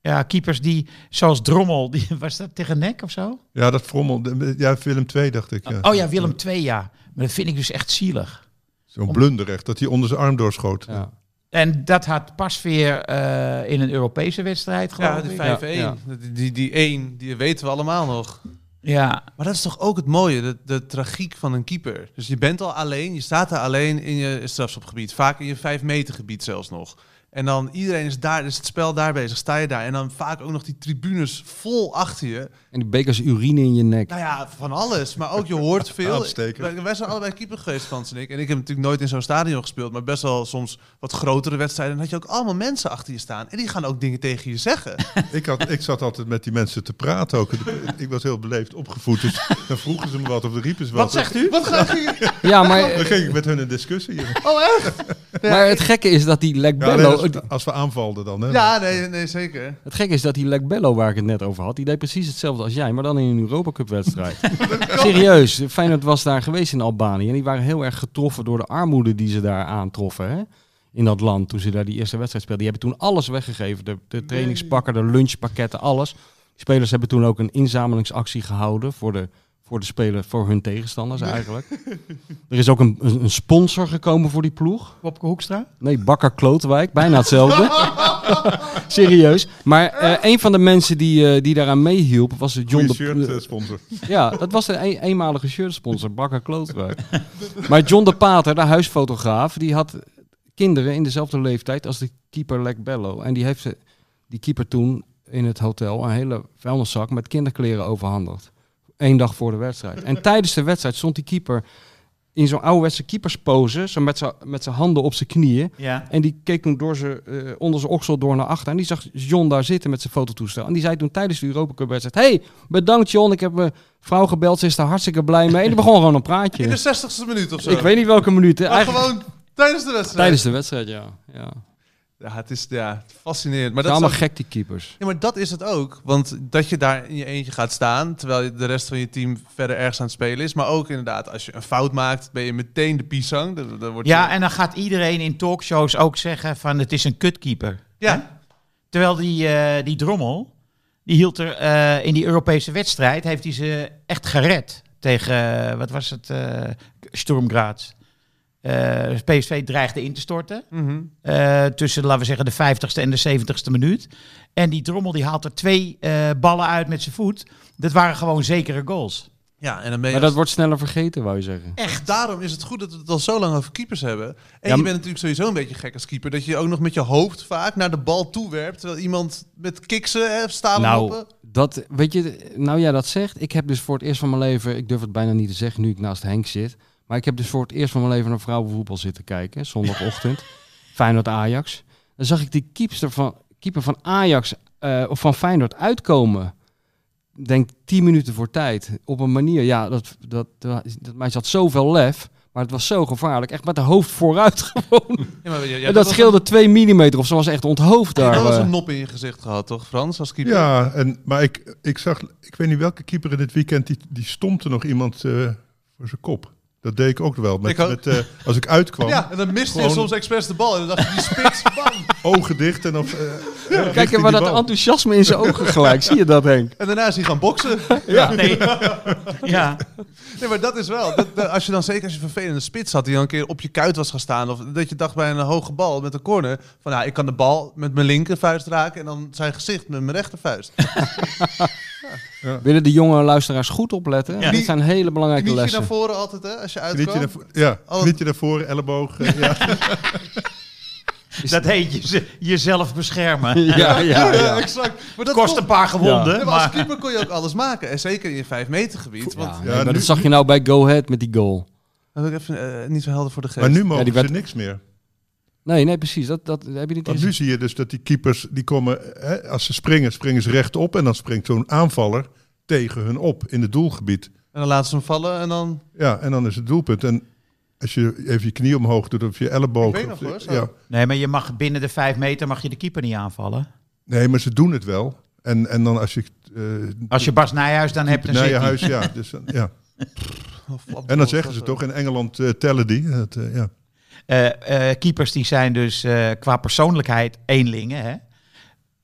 Speaker 4: Ja, keepers die, zoals Drommel, die, *laughs* was dat tegen Nek of zo?
Speaker 1: Ja, dat frommel. Ja, Willem II dacht ik. Ja.
Speaker 4: Oh ja, Willem II, ja. Maar dat vind ik dus echt zielig.
Speaker 1: Zo'n blunder echt, dat hij onder zijn arm doorschoot.
Speaker 5: ja.
Speaker 4: En dat had pas weer eh, in een Europese wedstrijd,
Speaker 2: Ja,
Speaker 4: geloof
Speaker 2: die 5-1.
Speaker 4: ik.
Speaker 5: Ja,
Speaker 2: Die, die, die 1, die weten we allemaal nog.
Speaker 4: Ja,
Speaker 2: Maar dat is toch ook het mooie, de, de tragiek van een keeper. Dus je bent al alleen, je staat daar alleen in je strafschopgebied. Vaak in je 5 meter gebied zelfs nog. En dan iedereen is daar, is het spel daar bezig, sta je daar. En dan vaak ook nog die tribunes vol achter je.
Speaker 5: En die bekers urine in je nek.
Speaker 2: Nou ja, van alles. Maar ook je hoort veel.
Speaker 1: Aanstekend.
Speaker 2: Wij zijn allebei keeper geweest, Frans en ik. En ik heb natuurlijk nooit in zo'n stadion gespeeld. Maar best wel soms wat grotere wedstrijden. Dan had je ook allemaal mensen achter je staan. En die gaan ook dingen tegen je zeggen.
Speaker 1: Ik, had, ik zat altijd met die mensen te praten ook. Ik was heel beleefd opgevoed, dus dan vroegen ze me wat of de riepen ze wat.
Speaker 2: Wat zegt u? Wat gaat u?
Speaker 5: Ja, maar,
Speaker 1: Dan ging ik met hun in discussie. Ja,
Speaker 2: Oh, echt?
Speaker 5: maar het gekke is dat die
Speaker 1: nee,
Speaker 5: Lekbello...
Speaker 1: dat is- als we aanvalden dan. Hè.
Speaker 2: Ja, nee, nee zeker.
Speaker 5: het gekke is dat die Lekbello waar ik het net over had, die deed precies hetzelfde als jij, maar dan in een Europa Cup wedstrijd. Serieus, Feyenoord was daar geweest in Albanië en die waren heel erg getroffen door de armoede die ze daar aantroffen. Hè? In dat land, toen ze daar die eerste wedstrijd speelden. Die hebben toen alles weggegeven. De, de trainingspakken, de lunchpakketten, alles. Die spelers hebben toen ook een inzamelingsactie gehouden voor de, voor de spelers, voor hun tegenstanders eigenlijk. Er is ook een, een een sponsor gekomen voor die ploeg.
Speaker 4: Wopke Hoekstra?
Speaker 5: Nee, Bakker Klootwijk, bijna
Speaker 1: *laughs*
Speaker 5: hetzelfde. Serieus. Maar eh, een van de mensen die, eh, die daaraan meehielp was John
Speaker 1: Goeie
Speaker 5: de
Speaker 1: shirt eh, sponsor.
Speaker 5: Ja, dat was een, een- eenmalige shirtsponsor, Bakker Klootwijk. maar John de Pater, de huisfotograaf, die had kinderen in dezelfde leeftijd als de keeper Lek Bello. En die heeft ze- die keeper toen in het hotel een hele vuilniszak met kinderkleren overhandigd. Eén dag voor de wedstrijd. En tijdens de wedstrijd stond die keeper in zo'n ouderwetse keeperspose, zo met zijn- met zijn handen op zijn knieën.
Speaker 4: Ja.
Speaker 5: En die keek toen door ze, eh, onder zijn oksel door naar achter. En die zag John daar zitten met zijn fototoestel. En die zei toen tijdens de Europa Cup wedstrijd... hey, bedankt John, ik heb mijn vrouw gebeld. Ze is daar hartstikke blij mee. En die begon gewoon een
Speaker 2: In de
Speaker 5: praatje.
Speaker 2: 60ste minuut of zo.
Speaker 5: Ik weet niet welke minuut. hè.
Speaker 2: maar
Speaker 5: Eigenlijk
Speaker 2: gewoon eh, tijdens de wedstrijd.
Speaker 5: tijdens de wedstrijd, ja. ja.
Speaker 2: Ja, het is ja, fascinerend. Maar
Speaker 5: Maar
Speaker 2: dat is
Speaker 5: allemaal
Speaker 2: ook-
Speaker 5: gek, die keepers.
Speaker 2: Ja, maar dat is het ook. Want dat je daar in je eentje gaat staan, terwijl je- de rest van je team verder ergens aan het spelen is. Maar ook inderdaad, als je een fout maakt, ben je meteen de pisang. Dan, dan wordt
Speaker 4: Ja,
Speaker 2: je-
Speaker 4: en dan gaat iedereen in talkshows ook zeggen van het is een kutkeeper.
Speaker 2: ja.
Speaker 4: Terwijl die, eh, die drommel, die hield er eh, in die Europese wedstrijd, heeft hij ze echt gered tegen, eh, wat was het, eh Sturm Graz. Eh, PSV dreigde in te storten
Speaker 2: Mhm.
Speaker 4: eh, tussen, laten we zeggen, de 50ste en de 70ste minuut. En die drommel die haalt er twee eh, ballen uit met zijn voet. Dat waren gewoon zekere goals.
Speaker 2: ja en dan ben je dus
Speaker 5: Maar dat wordt sneller vergeten, wou je zeggen.
Speaker 2: echt. Daarom is het goed dat we het al zo lang over keepers hebben. En
Speaker 5: maar-
Speaker 2: je bent natuurlijk sowieso een beetje gek als keeper. Dat je ook nog met je hoofd vaak naar de bal toe werpt. Terwijl iemand met kiksen, hè, stalen
Speaker 5: Nou,
Speaker 2: hoppen.
Speaker 5: dat, weet je, nou jij dat zegt. Ik heb dus voor het eerst van mijn leven, ik durf het bijna niet te zeggen nu ik naast Henk zit. Maar ik heb dus voor het eerst van mijn leven naar vrouwenvoetbal zitten
Speaker 2: *laughs*
Speaker 5: kijken. Zondagochtend. Feyenoord Ajax. Dan zag ik die keepster van, keeper van Ajax eh, of van Feyenoord uitkomen. Ik Denk tien minuten voor tijd. Op een manier, ja, dat, dat, dat, dat mij zat zoveel lef. Maar het was zo gevaarlijk. Echt met de hoofd vooruit gewoon.
Speaker 2: Ja, maar, ja, ja,
Speaker 5: en
Speaker 2: was
Speaker 5: dat
Speaker 2: een-
Speaker 5: scheelde twee millimeter of ze was echt onthoofd daar.
Speaker 2: Dat was
Speaker 5: eh.
Speaker 2: een nop in je gezicht gehad, toch, Frans, als keeper?
Speaker 1: Ja, en, maar ik, ik zag, ik weet niet welke keeper in dit weekend, die, die stompte nog iemand eh, voor zijn kop. Dat deed ik ook wel. Met,
Speaker 2: Ik ook.
Speaker 1: Met, eh, als ik uitkwam,
Speaker 2: *laughs* Ja, en dan miste je
Speaker 1: Gewoon-
Speaker 2: soms expres de bal. En dan dacht je, die
Speaker 1: *laughs*
Speaker 2: spits, bam.
Speaker 1: ogen dicht en dan... eh,
Speaker 5: Kijk, en waar dat enthousiasme in zijn ogen gelijk. Zie je dat, Henk?
Speaker 2: En daarna is hij gaan boksen.
Speaker 5: Ja.
Speaker 4: Nee. ja.
Speaker 2: Nee, maar dat is wel. dat- dat- als je dan zeker als je een vervelende spits had die dan een keer op je kuit was gaan staan. Of dat je dacht bij een hoge bal met een corner. Van ja, ik kan de bal met mijn linkervuist raken en dan zijn gezicht met mijn rechtervuist.
Speaker 5: Willen de jonge luisteraars goed opletten?
Speaker 4: Ja.
Speaker 5: Dit zijn hele belangrijke
Speaker 2: Knietje
Speaker 5: lessen.
Speaker 2: naar
Speaker 5: *laughs*
Speaker 2: voren altijd hè, als je
Speaker 1: Knietje
Speaker 2: uitkwam.
Speaker 1: naar, vo- ja,
Speaker 2: Oh.
Speaker 1: knietje naar voren, elleboog. eh, ja.
Speaker 4: Dat heet je, ze- jezelf beschermen.
Speaker 5: Ja,
Speaker 2: *laughs*
Speaker 5: ja, ja.
Speaker 2: exact. Maar dat
Speaker 4: Kost een
Speaker 2: kon-
Speaker 4: paar gewonden.
Speaker 2: Nee, maar als
Speaker 4: maar
Speaker 2: keeper kon je ook alles maken. En zeker in je 5 meter gebied. Want
Speaker 5: Ja, nee, maar
Speaker 1: nu-
Speaker 5: dat zag je nou bij Go Ahead met die goal.
Speaker 2: Dat is ook even eh, niet zo helder voor de geest.
Speaker 1: Maar nu mogen
Speaker 5: Ja, die
Speaker 1: ze
Speaker 5: wet-
Speaker 1: niks meer.
Speaker 5: Nee, nee, precies. Dat, dat heb je niet
Speaker 1: Want
Speaker 5: eens-
Speaker 1: nu zie je dus dat die keepers, die komen, hè, als ze springen, springen ze rechtop. En dan springt zo'n aanvaller tegen hun op in het doelgebied.
Speaker 2: En dan laten ze hem vallen en dan...
Speaker 1: Ja, en dan is het doelpunt. En als je even je knie omhoog doet of je elleboog.
Speaker 2: Ik weet
Speaker 1: of-
Speaker 2: nog hoor, zo.
Speaker 1: ja.
Speaker 4: Nee, maar je mag binnen de vijf meter mag je de keeper niet aanvallen.
Speaker 1: Nee, maar ze doen het wel. En, en dan als je... eh,
Speaker 4: Als je Bas Nijhuis dan hebt, dan
Speaker 1: naar
Speaker 4: zit
Speaker 1: je
Speaker 4: hij.
Speaker 1: huis, ja, dus, dan- ja.
Speaker 2: Flapdrol,
Speaker 1: En dan zeggen
Speaker 2: dat
Speaker 1: ze
Speaker 2: is-
Speaker 1: toch, in Engeland eh, tellen die. Het, eh, ja.
Speaker 4: Eh, eh, keepers die zijn dus eh, qua persoonlijkheid eenlingen. Hè?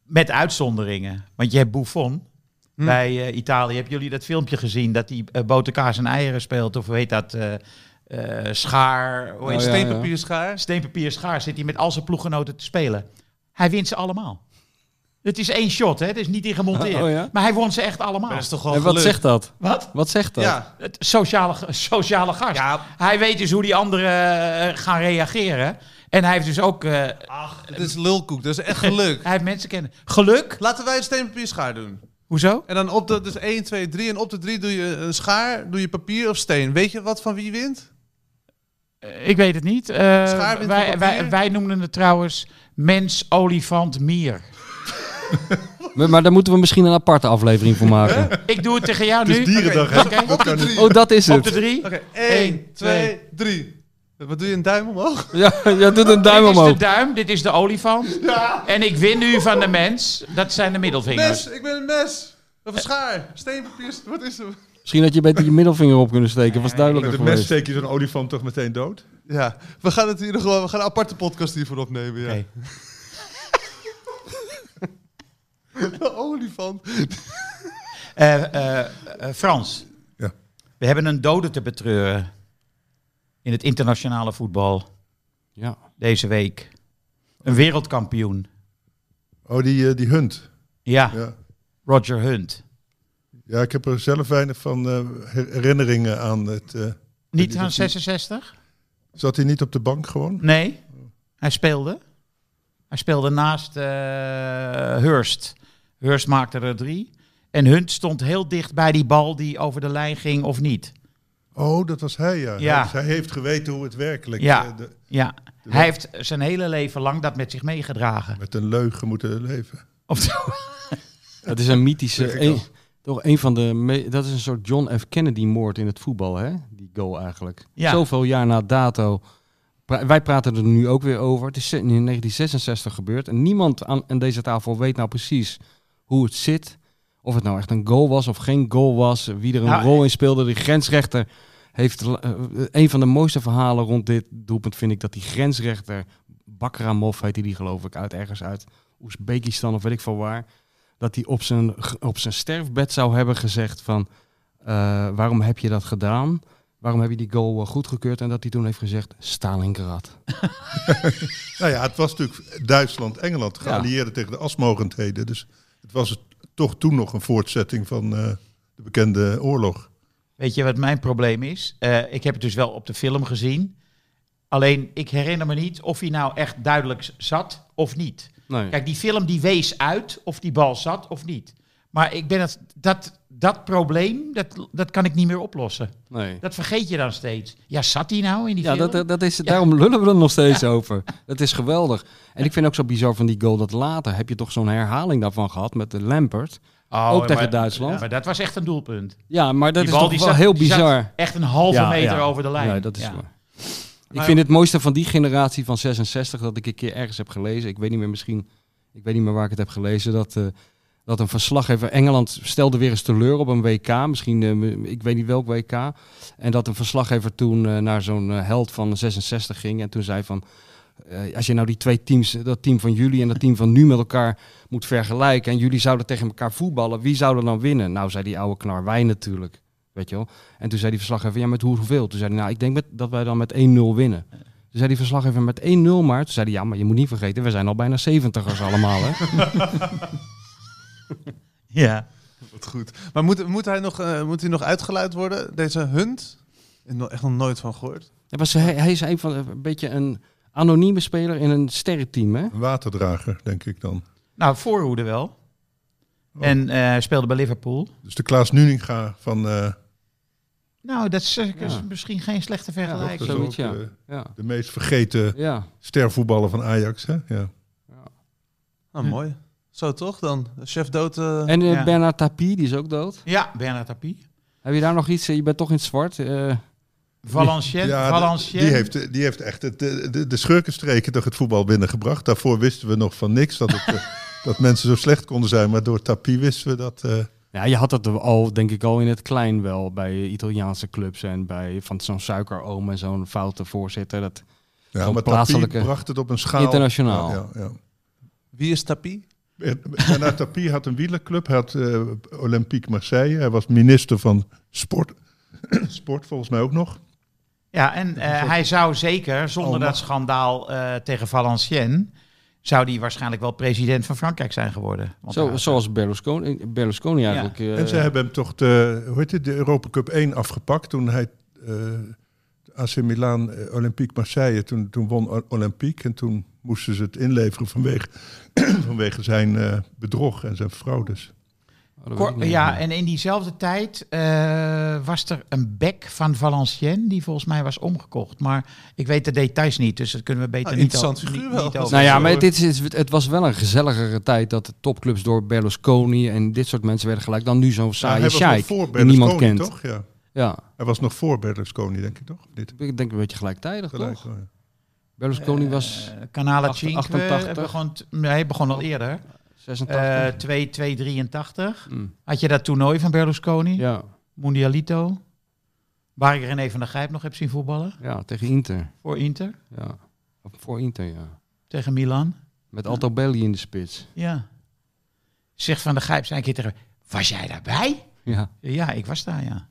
Speaker 4: Met uitzonderingen. Want je hebt Buffon.
Speaker 2: Hm.
Speaker 4: Bij eh, Italië hebben jullie dat filmpje gezien dat hij eh boterkaas en eieren speelt. Of hoe heet dat? eh, eh, schaar. Hoe
Speaker 5: Oh,
Speaker 4: heet
Speaker 5: ja,
Speaker 4: het?
Speaker 2: Steenpapier schaar.
Speaker 4: Steenpapier schaar zit hij met al zijn ploeggenoten te spelen. Hij wint ze allemaal. Het is één shot, hè? het is niet in gemonteerd.
Speaker 5: Oh, ja?
Speaker 4: Maar hij won ze echt allemaal.
Speaker 2: Maar dat is toch wel
Speaker 5: En wat
Speaker 2: geluk.
Speaker 5: zegt dat?
Speaker 4: Wat?
Speaker 5: Wat zegt dat?
Speaker 2: Ja.
Speaker 4: Het sociale, sociale gast.
Speaker 2: Ja,
Speaker 4: Hij weet dus hoe die anderen eh, gaan reageren. En hij heeft dus ook eh,
Speaker 2: ach, het is lulkoek. Dat is echt geluk. *laughs*
Speaker 4: hij heeft mensen kennen. Geluk?
Speaker 2: Laten wij een steenpapier schaar doen.
Speaker 4: Hoezo?
Speaker 2: En dan op de, dus 1, 2, 3. En op de 3 doe je een schaar, doe je papier of steen. Weet je wat van wie wint?
Speaker 4: Eh, Ik weet het niet. Eh,
Speaker 2: Schaar wint
Speaker 4: wij,
Speaker 2: van
Speaker 4: wij,
Speaker 2: papier.
Speaker 4: wij noemden het trouwens mens, olifant, mier.
Speaker 5: Maar, maar daar moeten we misschien een aparte aflevering voor
Speaker 4: *laughs*
Speaker 5: maken.
Speaker 4: Ik doe het tegen jou
Speaker 1: Het
Speaker 4: nu.
Speaker 1: is Dus dierendag, hè?
Speaker 4: Oké.
Speaker 1: Dat kan niet.
Speaker 5: Oh, dat is
Speaker 4: Op de
Speaker 5: het.
Speaker 4: drie.
Speaker 2: Oké,
Speaker 4: Eén,
Speaker 2: 1,
Speaker 4: twee,
Speaker 2: 2, 3. Wat doe je, een duim omhoog?
Speaker 5: Ja, ja, doet een duim
Speaker 4: dit is
Speaker 5: omhoog.
Speaker 4: de duim, dit is de *laughs* olifant. En ik win nu van de mens. Dat zijn de middelvingers.
Speaker 2: Mes, ik ben een mes. Of een schaar. Steenpapier, wat is het?
Speaker 5: Misschien had je beter je middelvinger op kunnen steken. Was
Speaker 1: Met
Speaker 5: duidelijker
Speaker 1: een mes
Speaker 5: geweest.
Speaker 1: steek je zo'n olifant toch meteen
Speaker 2: *laughs*
Speaker 1: dood?
Speaker 2: Ja, we gaan het hier nog wel, we gaan een aparte podcast hiervoor opnemen. Ja.
Speaker 4: Oké.
Speaker 2: De olifant.
Speaker 4: Eh, eh, eh, Frans,
Speaker 1: Ja.
Speaker 4: we hebben een dode te betreuren in het internationale voetbal
Speaker 5: Ja.
Speaker 4: deze week. Een wereldkampioen.
Speaker 1: Oh, die, eh, die hunt.
Speaker 4: Ja,
Speaker 1: Ja.
Speaker 4: Roger Hunt.
Speaker 1: ja, ik heb er zelf weinig van eh, her- herinneringen aan. Het, eh,
Speaker 4: Niet
Speaker 1: die
Speaker 4: aan
Speaker 1: was die-
Speaker 4: 66?
Speaker 1: zat hij niet op de bank gewoon?
Speaker 4: Nee, hij speelde. Hij speelde naast eh, Hurst. Hurst maakte er drie. En Hunt stond heel dicht bij die bal die over de lijn ging of niet.
Speaker 1: Oh, dat was hij, ja.
Speaker 4: Ja.
Speaker 1: Hij, hij heeft geweten hoe het werkelijk...
Speaker 4: Ja.
Speaker 1: eh, de-
Speaker 4: Ja, hij heeft zijn hele leven lang dat met zich meegedragen.
Speaker 1: met een leugen moeten leven.
Speaker 4: Of zo.
Speaker 5: Het is een mythische. e-
Speaker 1: Denk ik
Speaker 5: een- toch een van de. me- dat is een soort John F. Kennedy-moord in het voetbal, hè? Die goal eigenlijk.
Speaker 4: Ja.
Speaker 5: Zoveel jaar na dato. Pra- wij praten er nu ook weer over. Het is in 1966 gebeurd. En niemand aan, aan deze tafel weet nou precies hoe het zit. Of het nou echt een goal was of geen goal was. Wie er een
Speaker 4: Nou,
Speaker 5: rol in speelde. Die grensrechter heeft. la- eh, een van de mooiste verhalen rond dit doelpunt vind ik dat die grensrechter. Bakramov heette die, geloof ik, uit ergens uit Oezbekistan of weet ik veel waar dat hij op zijn, op zijn sterfbed zou hebben gezegd van... eh, waarom heb je dat gedaan? Waarom heb je die goal eh, goedgekeurd? En dat hij toen heeft gezegd, Stalingrad.
Speaker 1: Nou ja, het was natuurlijk Duitsland-Engeland geallieerd tegen de asmogendheden. Dus het was het- toch toen nog een voortzetting van eh, de bekende oorlog.
Speaker 4: Weet je wat mijn probleem is? Eh, ik heb het dus wel op de film gezien. Alleen ik herinner me niet of hij nou echt duidelijk z- zat of niet.
Speaker 5: Nee.
Speaker 4: Kijk, die film die wees uit of die bal zat of niet. Maar ik ben het, dat, dat probleem, dat, dat kan ik niet meer oplossen.
Speaker 5: nee.
Speaker 4: Dat vergeet je dan steeds. Ja, zat hij nou in die
Speaker 5: Ja,
Speaker 4: film?
Speaker 5: dat, dat is, daarom lullen we er nog steeds over. Dat is geweldig. En ik vind ook zo bizar van die goal dat later heb je toch zo'n herhaling daarvan gehad met de Lampert.
Speaker 4: Oh,
Speaker 5: ook tegen
Speaker 4: maar-
Speaker 5: Duitsland.
Speaker 4: ja, maar dat was echt een doelpunt.
Speaker 5: Ja, maar dat
Speaker 4: Die
Speaker 5: is
Speaker 4: bal
Speaker 5: toch
Speaker 4: die
Speaker 5: wel
Speaker 4: zat-
Speaker 5: heel
Speaker 4: die zat
Speaker 5: bizar.
Speaker 4: Echt een halve
Speaker 5: Ja,
Speaker 4: meter
Speaker 5: ja.
Speaker 4: over de lijn.
Speaker 5: Ja, dat is
Speaker 4: Ja.
Speaker 5: waar. Ik vind het mooiste van die generatie van 66 dat ik een keer ergens heb gelezen. Ik weet niet meer misschien, ik weet niet meer waar ik het heb gelezen. Dat, eh, dat een verslaggever Engeland stelde weer eens teleur op een WK. Misschien, eh, ik weet niet welk WK. En dat een verslaggever toen eh, naar zo'n eh, held van 66 ging. En toen zei van, eh, als je nou die twee teams, eh, dat team van jullie en dat team van nu met elkaar moet vergelijken. En jullie zouden tegen elkaar voetballen. Wie zou er dan winnen? Nou, zei die oude knar, wij natuurlijk. Weet je wel. En toen zei die verslaggever, ja, met hoe- hoeveel? Toen zei hij, nou, ik denk met, dat wij dan met 1-0 winnen. Toen zei die verslaggever met 1-0 maar. Toen zei hij, ja, maar je moet niet vergeten, we zijn al bijna 70ers allemaal, hè?
Speaker 4: Ja.
Speaker 2: Wat goed. Maar moet, moet, hij nog, eh, moet hij nog uitgeluid worden, deze hunt? Ik heb er echt nog nooit van gehoord.
Speaker 5: Ja, maar ze- hij, hij is een, van, de- een beetje een anonieme speler in een sterrenteam, hè?
Speaker 1: Een waterdrager, denk ik dan.
Speaker 4: Nou, voorhoede wel. Oh. En eh, speelde bij Liverpool.
Speaker 1: Dus de Klaas Nuninga van, eh,
Speaker 4: Nou, dat is, eh, is
Speaker 5: Ja.
Speaker 4: misschien geen slechte
Speaker 1: Dat
Speaker 4: vergelijking.
Speaker 1: is
Speaker 5: Zoiets,
Speaker 1: ook
Speaker 5: ja.
Speaker 1: de,
Speaker 5: Ja.
Speaker 1: de meest vergeten
Speaker 5: ja.
Speaker 1: stervoetballer van Ajax. Hè? Ja.
Speaker 2: Nou,
Speaker 4: Hm.
Speaker 2: mooi. Zo toch dan? Chef dood. eh,
Speaker 5: En eh,
Speaker 4: Ja.
Speaker 5: Bernard Tapie, die is ook dood.
Speaker 4: ja, Bernard Tapie.
Speaker 5: Heb je daar nog iets? eh, Je bent toch in het zwart. eh,
Speaker 4: Valenciennes.
Speaker 1: Ja, de-
Speaker 4: Valenciennes.
Speaker 1: die, heeft, eh, die heeft echt het, de, de, de schurkenstreken toch het voetbal binnengebracht. Daarvoor wisten we nog van niks dat, het,
Speaker 5: *laughs*
Speaker 1: eh, dat mensen zo slecht konden zijn. Maar door Tapie wisten we dat... eh,
Speaker 5: Ja, je had dat al, denk ik, al in het klein wel bij Italiaanse clubs en bij van zo'n suikeroom en zo'n foute voorzitter. Dat,
Speaker 1: ja,
Speaker 5: Zo'n
Speaker 1: maar Tapie
Speaker 5: plaatselijke-
Speaker 1: bracht het op een schaal...
Speaker 5: Internationaal.
Speaker 1: Ja, ja, ja.
Speaker 2: Wie is Tapie?
Speaker 1: En- Bernard Tapie had een wielerclub, hij had eh, Olympique Marseille. Hij was minister van sport, *clears throat* sport volgens mij ook nog.
Speaker 4: Ja, en eh, hij zou zeker, zonder
Speaker 1: Oh,
Speaker 4: dat
Speaker 1: mag-
Speaker 4: schandaal eh, tegen Valenciennes, zou die waarschijnlijk wel president van Frankrijk zijn geworden. Want
Speaker 5: zo,
Speaker 4: daar-
Speaker 5: zoals Berlusconi, Berlusconi eigenlijk. eh,
Speaker 1: en ze hebben hem toch de, hoe heet het, de Europa Cup 1 afgepakt toen hij eh AC Milan eh, Olympique Marseille, toen, toen won O- Olympique. En toen moesten ze het inleveren vanwege, *clears throat* vanwege zijn eh, bedrog en zijn dus. fraudes.
Speaker 5: oh, dat weet ik
Speaker 4: Cor-
Speaker 5: niet.
Speaker 4: ja, en in diezelfde tijd eh, was er een bek van Valenciennes die volgens mij was omgekocht. Maar ik weet de details niet, dus dat kunnen we beter
Speaker 2: Ah,
Speaker 4: niet,
Speaker 2: interessant
Speaker 4: o-
Speaker 2: figuur
Speaker 4: niet-
Speaker 2: wel.
Speaker 4: niet over.
Speaker 5: Nou ja,
Speaker 2: Sorry.
Speaker 5: maar dit is, het- het was wel een gezelligere tijd dat de topclubs door Berlusconi en dit soort mensen werden gelijk dan nu zo'n
Speaker 1: Maar
Speaker 5: saaie
Speaker 1: Nou, hij was nog
Speaker 5: scheik
Speaker 1: voor
Speaker 5: die niemand
Speaker 1: Berlusconi,
Speaker 5: kent.
Speaker 1: toch? Ja.
Speaker 5: Ja,
Speaker 1: Hij was nog voor Berlusconi, denk ik toch? Dit
Speaker 5: ik denk een beetje gelijktijdig
Speaker 1: gelijk.
Speaker 5: toch?
Speaker 1: oh ja.
Speaker 5: Berlusconi was
Speaker 4: Eh, Canale
Speaker 5: 88.
Speaker 4: 88. Begon, t- nee, begon al eerder.
Speaker 5: 86.
Speaker 4: Eh 2, 2, 83.
Speaker 5: Mm.
Speaker 4: Had je dat toernooi van Berlusconi?
Speaker 5: Ja,
Speaker 4: Mundialito. Waar ik René van der Gijp nog heb zien voetballen.
Speaker 5: ja, tegen Inter.
Speaker 4: Voor Inter.
Speaker 5: Ja. Voor Inter, ja.
Speaker 4: Tegen Milan.
Speaker 5: Met Alto Belli in de spits.
Speaker 4: Ja. Zegt van der Gijp zijn een keer tegen Was jij daarbij?
Speaker 5: Ja.
Speaker 4: Ja, ik was daar, ja.